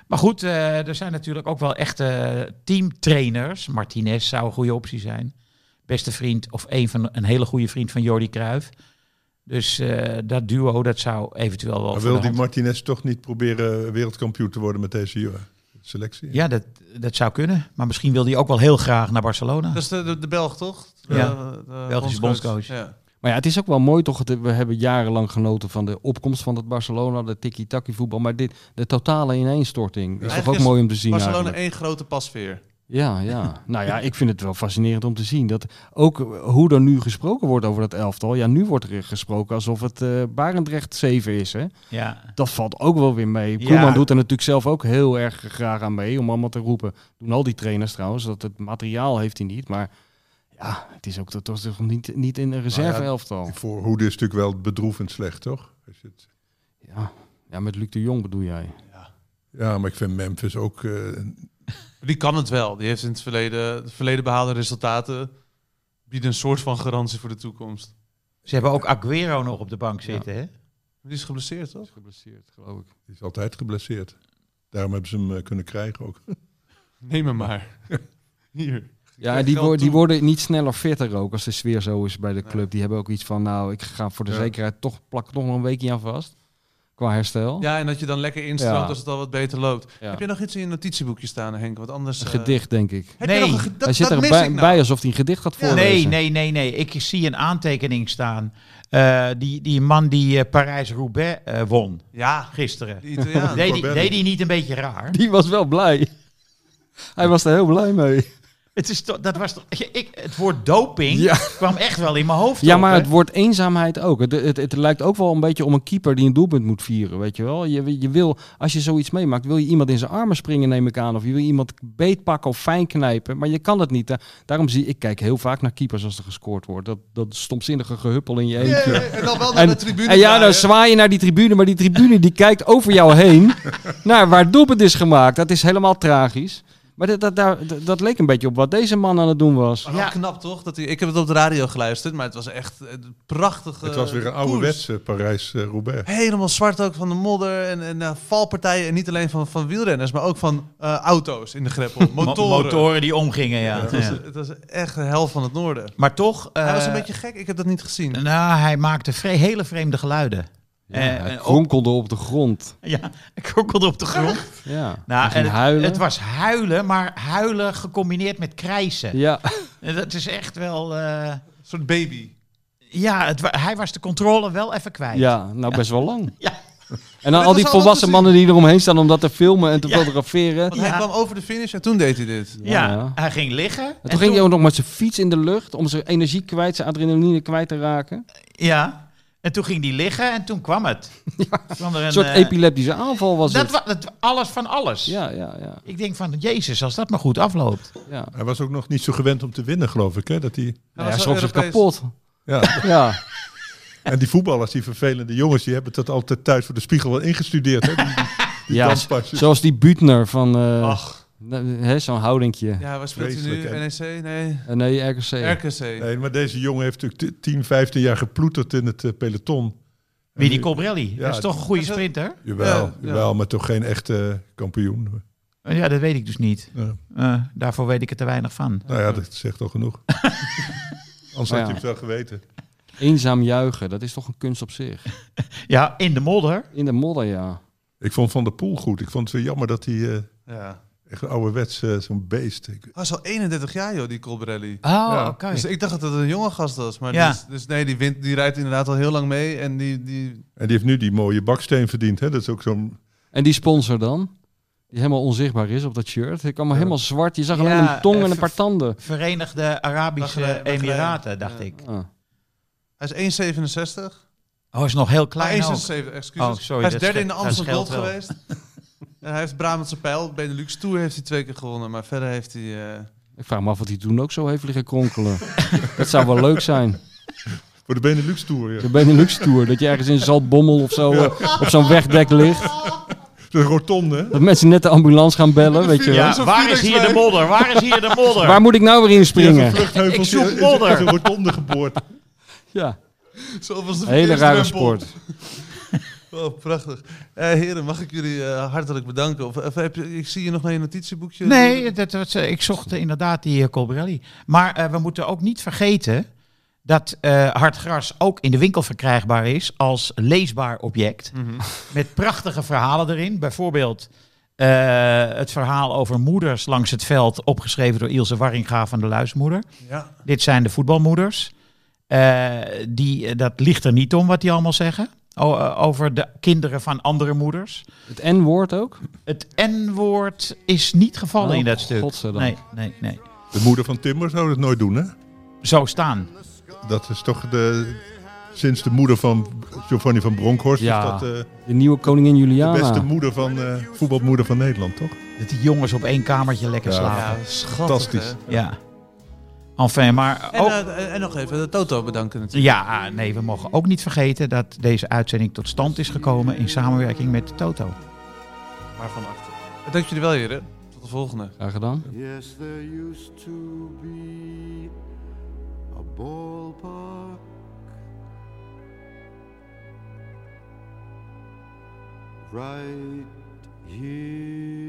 Speaker 4: maar goed, eh, er zijn natuurlijk ook wel echte teamtrainers. Martinez zou een goede optie zijn. Beste vriend of een, van, een hele goede vriend van Jordi Cruijff. Dus eh, dat duo, dat zou eventueel wel...
Speaker 1: maar
Speaker 4: voor
Speaker 1: wil
Speaker 4: de
Speaker 1: die
Speaker 4: hand-
Speaker 1: Martinez toch niet proberen wereldkampioen te worden met deze eh, selectie?
Speaker 4: Ja, dat, dat zou kunnen. Maar misschien wil hij ook wel heel graag naar Barcelona.
Speaker 2: Dat is de, de, de Belg, toch? De,
Speaker 4: Ja.
Speaker 2: de
Speaker 4: Belgische bondscoach.
Speaker 2: Ja.
Speaker 5: Maar ja, het is ook wel mooi toch. het- We hebben jarenlang genoten van de opkomst van het Barcelona, de tiki-taki voetbal. Maar dit, de totale ineenstorting is toch
Speaker 2: Eigenlijk
Speaker 5: ook
Speaker 2: is
Speaker 5: mooi om te zien
Speaker 2: Barcelona
Speaker 5: eigenlijk.
Speaker 2: één grote pasveer.
Speaker 5: Ja, ja. nou ja, ik vind het wel fascinerend om te zien. Dat ook eh, hoe er nu gesproken wordt over dat elftal. Ja, nu wordt er gesproken alsof het eh Barendrecht 7 is. Hè?
Speaker 4: Ja.
Speaker 5: Dat valt ook wel weer mee.
Speaker 4: Ja.
Speaker 5: Koeman doet er natuurlijk zelf ook heel erg graag aan mee. Om allemaal te roepen. Doen al die trainers trouwens. Dat het materiaal heeft hij niet. Maar ja, het is ook toch toch niet, niet in
Speaker 2: Nou
Speaker 5: een reserve elftal.
Speaker 1: Die voorhoede is natuurlijk wel bedroevend slecht, toch? Als je het-
Speaker 5: Ja. ja, met Luc de Jong bedoel jij.
Speaker 1: Ja, maar ik vind Memphis ook... eh,
Speaker 2: Die kan het wel. Die heeft in het verleden, het verleden behaalde resultaten. Bieden een soort van garantie voor de toekomst.
Speaker 4: Ze hebben ook Aguero nog op de bank zitten, hè?
Speaker 2: Die is geblesseerd, toch?
Speaker 5: geblesseerd, geloof ik.
Speaker 1: die is altijd geblesseerd. Daarom hebben ze hem eh, kunnen krijgen ook.
Speaker 2: Neem hem maar. Hier.
Speaker 5: Ja,
Speaker 2: Krijg
Speaker 5: die,
Speaker 2: geld
Speaker 5: wo- die
Speaker 2: toe.
Speaker 5: worden niet sneller fitter ook als de sfeer zo is bij de club. Die hebben ook iets van, nou, ik ga voor de
Speaker 1: Ja.
Speaker 5: zekerheid toch plak nog een weekje aan vast. Qua herstel.
Speaker 2: Ja, en dat je dan lekker instroomt
Speaker 5: Ja.
Speaker 2: als het al wat beter loopt.
Speaker 5: Ja.
Speaker 2: Heb je nog iets in je notitieboekje staan, Henk? Want anders...
Speaker 5: Een
Speaker 2: eh,
Speaker 5: gedicht, denk ik.
Speaker 2: Heb je
Speaker 4: Nee.
Speaker 2: nog een ge- dat,
Speaker 5: Hij zit
Speaker 2: dat
Speaker 5: er
Speaker 2: mis
Speaker 5: bij,
Speaker 2: ik nou.
Speaker 5: bij alsof hij een gedicht gaat
Speaker 2: Ja.
Speaker 5: voorlezen.
Speaker 4: Nee, nee, nee, nee. Ik zie een aantekening staan. Eh, die, die man die eh, Parijs-Roubaix eh, won
Speaker 2: Ja,
Speaker 4: gisteren.
Speaker 2: die Italiaan.
Speaker 4: Deed die,
Speaker 1: Corbelli.
Speaker 4: deed die niet een beetje raar?
Speaker 5: Die was wel blij. Hij was er heel blij mee.
Speaker 4: Het, is toch- dat was toch- ik, het woord doping
Speaker 5: Ja.
Speaker 4: kwam echt wel in mijn hoofd.
Speaker 5: Ja,
Speaker 4: op,
Speaker 5: maar
Speaker 4: hè?
Speaker 5: het wordt eenzaamheid ook. Het, het, het lijkt ook wel een beetje om een keeper die een doelpunt moet vieren, weet je wel. Je, je wil, als je zoiets meemaakt, wil je iemand in zijn armen springen, neem ik aan. Of je wil iemand beetpakken of fijn knijpen. Maar je kan dat niet. Da- Daarom zie ik, kijk heel vaak naar keepers als er gescoord wordt. Dat, dat stomzinnige gehuppel in je eentje.
Speaker 2: Nee, en dan wel naar
Speaker 5: En,
Speaker 2: de tribune.
Speaker 5: en ja, dan
Speaker 2: draaien.
Speaker 5: zwaai je naar die tribune, maar die tribune die kijkt over jou heen naar waar het doelpunt is gemaakt. Dat is helemaal tragisch. Maar dat, dat, daar- dat, dat leek een beetje op wat deze man aan het doen was.
Speaker 2: Maar
Speaker 4: Ja.
Speaker 2: wel knap toch? Dat hij, ik heb het op de radio geluisterd, maar het was echt een prachtige
Speaker 1: het was weer een
Speaker 2: eh, koers.
Speaker 1: ouderwetse Parijs-Roubaix.
Speaker 2: Helemaal zwart ook van de modder en, en eh, valpartijen. En niet alleen van, van wielrenners, maar ook van eh, auto's in de greppel.
Speaker 4: Mo-
Speaker 2: Motoren.
Speaker 4: motoren die omgingen, ja.
Speaker 2: Het, was,
Speaker 4: Ja.
Speaker 2: het was echt de hel van het noorden.
Speaker 4: Maar toch...
Speaker 2: Hij was
Speaker 4: eh,
Speaker 2: een beetje gek, ik heb dat niet gezien.
Speaker 4: Nou, hij maakte vre- hele vreemde geluiden.
Speaker 5: Ja,
Speaker 4: Eh,
Speaker 5: hij
Speaker 4: ook-
Speaker 5: kronkelde op de grond.
Speaker 4: Ja, ik kronkelde op de grond.
Speaker 5: Ja.
Speaker 4: *laughs* Nou,
Speaker 5: Hij
Speaker 4: en
Speaker 5: ging
Speaker 4: het,
Speaker 5: huilen.
Speaker 4: het was huilen, maar huilen gecombineerd met krijsen.
Speaker 5: Ja,
Speaker 4: En Dat is echt wel... eh,
Speaker 2: Een soort baby.
Speaker 4: ja, het wa- hij was de controle wel even kwijt.
Speaker 5: ja, nou best wel lang.
Speaker 4: Ja.
Speaker 2: Dit
Speaker 5: En dan al die
Speaker 2: was allemaal te
Speaker 5: volwassen
Speaker 2: zien.
Speaker 5: mannen die eromheen staan om dat te filmen en te
Speaker 4: Ja.
Speaker 5: fotograferen.
Speaker 2: Want
Speaker 4: Ja.
Speaker 2: hij kwam over de finish en toen deed hij dit.
Speaker 4: Ja,
Speaker 5: Ja.
Speaker 4: hij ging liggen.
Speaker 5: En toen ging hij ook nog met zijn fiets in de lucht om zijn energie kwijt, zijn adrenaline kwijt te raken.
Speaker 4: Ja, en toen ging hij liggen en toen kwam
Speaker 5: *laughs*
Speaker 4: het. Toen kwam er
Speaker 5: Een soort
Speaker 4: eh,
Speaker 5: epileptische aanval was
Speaker 4: dat
Speaker 5: het.
Speaker 4: wa- dat wa- alles van alles.
Speaker 5: Ja, ja, ja,
Speaker 4: Ik denk van, jezus, als dat maar goed afloopt.
Speaker 5: ja.
Speaker 1: Hij was ook nog niet zo gewend om te winnen, geloof ik. Hè? Dat hij,
Speaker 5: Nou,
Speaker 2: was
Speaker 5: hij
Speaker 2: wel
Speaker 5: schrok zich
Speaker 2: Europees.
Speaker 5: kapot.
Speaker 1: ja.
Speaker 5: Ja,
Speaker 1: En die voetballers, die vervelende jongens, die hebben dat altijd thuis voor de spiegel wel ingestudeerd. Hè? Die, die
Speaker 5: ja.
Speaker 1: danspasjes.
Speaker 5: zoals die Butner van eh,
Speaker 2: Ach.
Speaker 5: nou, hè, zo'n houdinkje.
Speaker 2: Ja, waar speelt hij nu?
Speaker 1: Vreselijk,
Speaker 2: NEC? Nee,
Speaker 5: Eh, nee, RKC.
Speaker 2: RKC.
Speaker 1: Nee, maar deze jongen heeft natuurlijk t- 10, 15 jaar geploeterd in het eh, peloton. En
Speaker 4: Wie die
Speaker 1: nu-
Speaker 4: Cobrelli,
Speaker 1: Ja,
Speaker 4: dat is toch een goede
Speaker 2: dat-
Speaker 4: sprinter?
Speaker 1: Jawel,
Speaker 2: Ja, ja.
Speaker 1: jawel, maar toch geen echte kampioen.
Speaker 4: Eh, Ja, dat weet ik dus niet.
Speaker 1: Ja.
Speaker 4: Eh, daarvoor weet ik er te weinig van.
Speaker 1: Nou ja, dat zegt al genoeg. Anders
Speaker 5: Maar
Speaker 1: had je
Speaker 5: ja.
Speaker 1: het wel geweten.
Speaker 5: Eenzaam juichen, dat is toch een kunst op zich.
Speaker 4: Ja, in de modder.
Speaker 5: In de modder, ja.
Speaker 1: Ik vond Van der Poel goed. Ik vond het weer jammer dat hij eh,
Speaker 2: Ja.
Speaker 1: echt ouderwets eh, zo'n beest... Ik,
Speaker 2: Hij is al 31 jaar joh, die Colbrelli.
Speaker 4: Oh, oké.
Speaker 2: Dus ik dacht dat het een jonge gast was. Maar
Speaker 4: Ja.
Speaker 2: dus, dus nee, die, wint, die rijdt inderdaad al heel lang mee. En die, die,
Speaker 1: en die heeft nu die mooie baksteen verdiend. Hè? Dat is ook zo'n...
Speaker 5: En die sponsor dan? Die helemaal onzichtbaar is op dat shirt. Hij kwam maar
Speaker 1: Ja.
Speaker 5: helemaal zwart. Je zag
Speaker 4: Ja,
Speaker 5: alleen een tong en
Speaker 4: eh,
Speaker 5: een paar tanden.
Speaker 4: Verenigde Arabische
Speaker 2: Bahrein, Bahrein.
Speaker 4: Emiraten, dacht
Speaker 2: Ja.
Speaker 4: ik.
Speaker 5: Ah.
Speaker 2: hij is 1,67.
Speaker 4: Oh, is nog heel
Speaker 2: Ah,
Speaker 4: klein ook.
Speaker 2: 1,76, excuses.
Speaker 4: Oh, sorry,
Speaker 2: hij is derde
Speaker 4: dat scheelt-
Speaker 2: in de
Speaker 4: dat
Speaker 2: Amsterdam Gold
Speaker 4: scheelt wel. *laughs*
Speaker 2: geweest. en hij heeft Brabantse Pijl, Benelux Tour heeft hij twee keer gewonnen. Maar verder heeft hij... eh,
Speaker 5: Ik vraag me af wat hij toen ook zo heeft liggen kronkelen. *laughs* dat zou wel leuk zijn.
Speaker 1: Voor de Benelux Tour, ja.
Speaker 5: De Benelux Tour. Dat je ergens in Zaltbommel of zo eh, op zo'n wegdek ligt.
Speaker 1: De rotonde, hè?
Speaker 5: Dat mensen net de ambulance gaan bellen, weet je wel.
Speaker 4: Ja, waar is hier de modder? Waar is hier de modder?
Speaker 5: Waar moet ik nou weer in springen?
Speaker 1: Vluchtheuvel
Speaker 4: Ik zoek
Speaker 1: is- is-
Speaker 4: modder.
Speaker 1: is een rotonde geboord.
Speaker 5: Ja,
Speaker 2: Zo was de
Speaker 5: hele rare
Speaker 2: verkeersdrempel.
Speaker 5: sport.
Speaker 2: Oh, prachtig. Eh, heren, mag ik jullie eh, hartelijk bedanken? Of, of heb je, ik zie je nog naar je notitieboekje.
Speaker 4: Nee, dat, was, eh, ik zocht eh, inderdaad die eh, Colbrelli. Maar eh, we moeten ook niet vergeten dat eh hard gras ook in de winkel verkrijgbaar is als leesbaar object.
Speaker 2: Mhm.
Speaker 4: *laughs* Met prachtige verhalen erin. Bijvoorbeeld eh, het verhaal over moeders langs het veld, opgeschreven door Ilse Warringa van de Luismoeder.
Speaker 2: Ja.
Speaker 4: Dit zijn de voetbalmoeders. Eh, die, eh, dat ligt er niet om wat die allemaal zeggen. O- eh, over de kinderen van andere moeders.
Speaker 5: Het N-woord ook?
Speaker 4: Het N-woord is niet gevallen
Speaker 5: Oh,
Speaker 4: in dat stuk.
Speaker 5: godzijdank.
Speaker 4: Nee, nee, nee.
Speaker 1: De moeder van Timber zou dat nooit doen, hè?
Speaker 4: Zo staan.
Speaker 1: Dat is toch de... Sinds de moeder van Giovanni van Bronckhorst
Speaker 5: Ja.
Speaker 1: is dat eh,
Speaker 5: De nieuwe koningin
Speaker 1: de beste
Speaker 5: Juliana.
Speaker 1: moeder van, eh, voetbalmoeder van Nederland, toch?
Speaker 4: Dat die jongens op één kamertje lekker
Speaker 1: Ja.
Speaker 4: slapen.
Speaker 2: ja, schattig.
Speaker 1: Fantastisch.
Speaker 2: hè?
Speaker 4: Ja. Enfin, maar
Speaker 2: En,
Speaker 4: ook...
Speaker 2: eh, en nog even de Toto bedanken natuurlijk.
Speaker 4: ja, ah, nee, we mogen ook niet vergeten dat deze uitzending tot stand is gekomen in samenwerking met Toto.
Speaker 2: Maar van achter. Dank jullie wel, heren. Tot de volgende.
Speaker 5: Graag gedaan.
Speaker 3: Yes, there used to be a ballpark right here.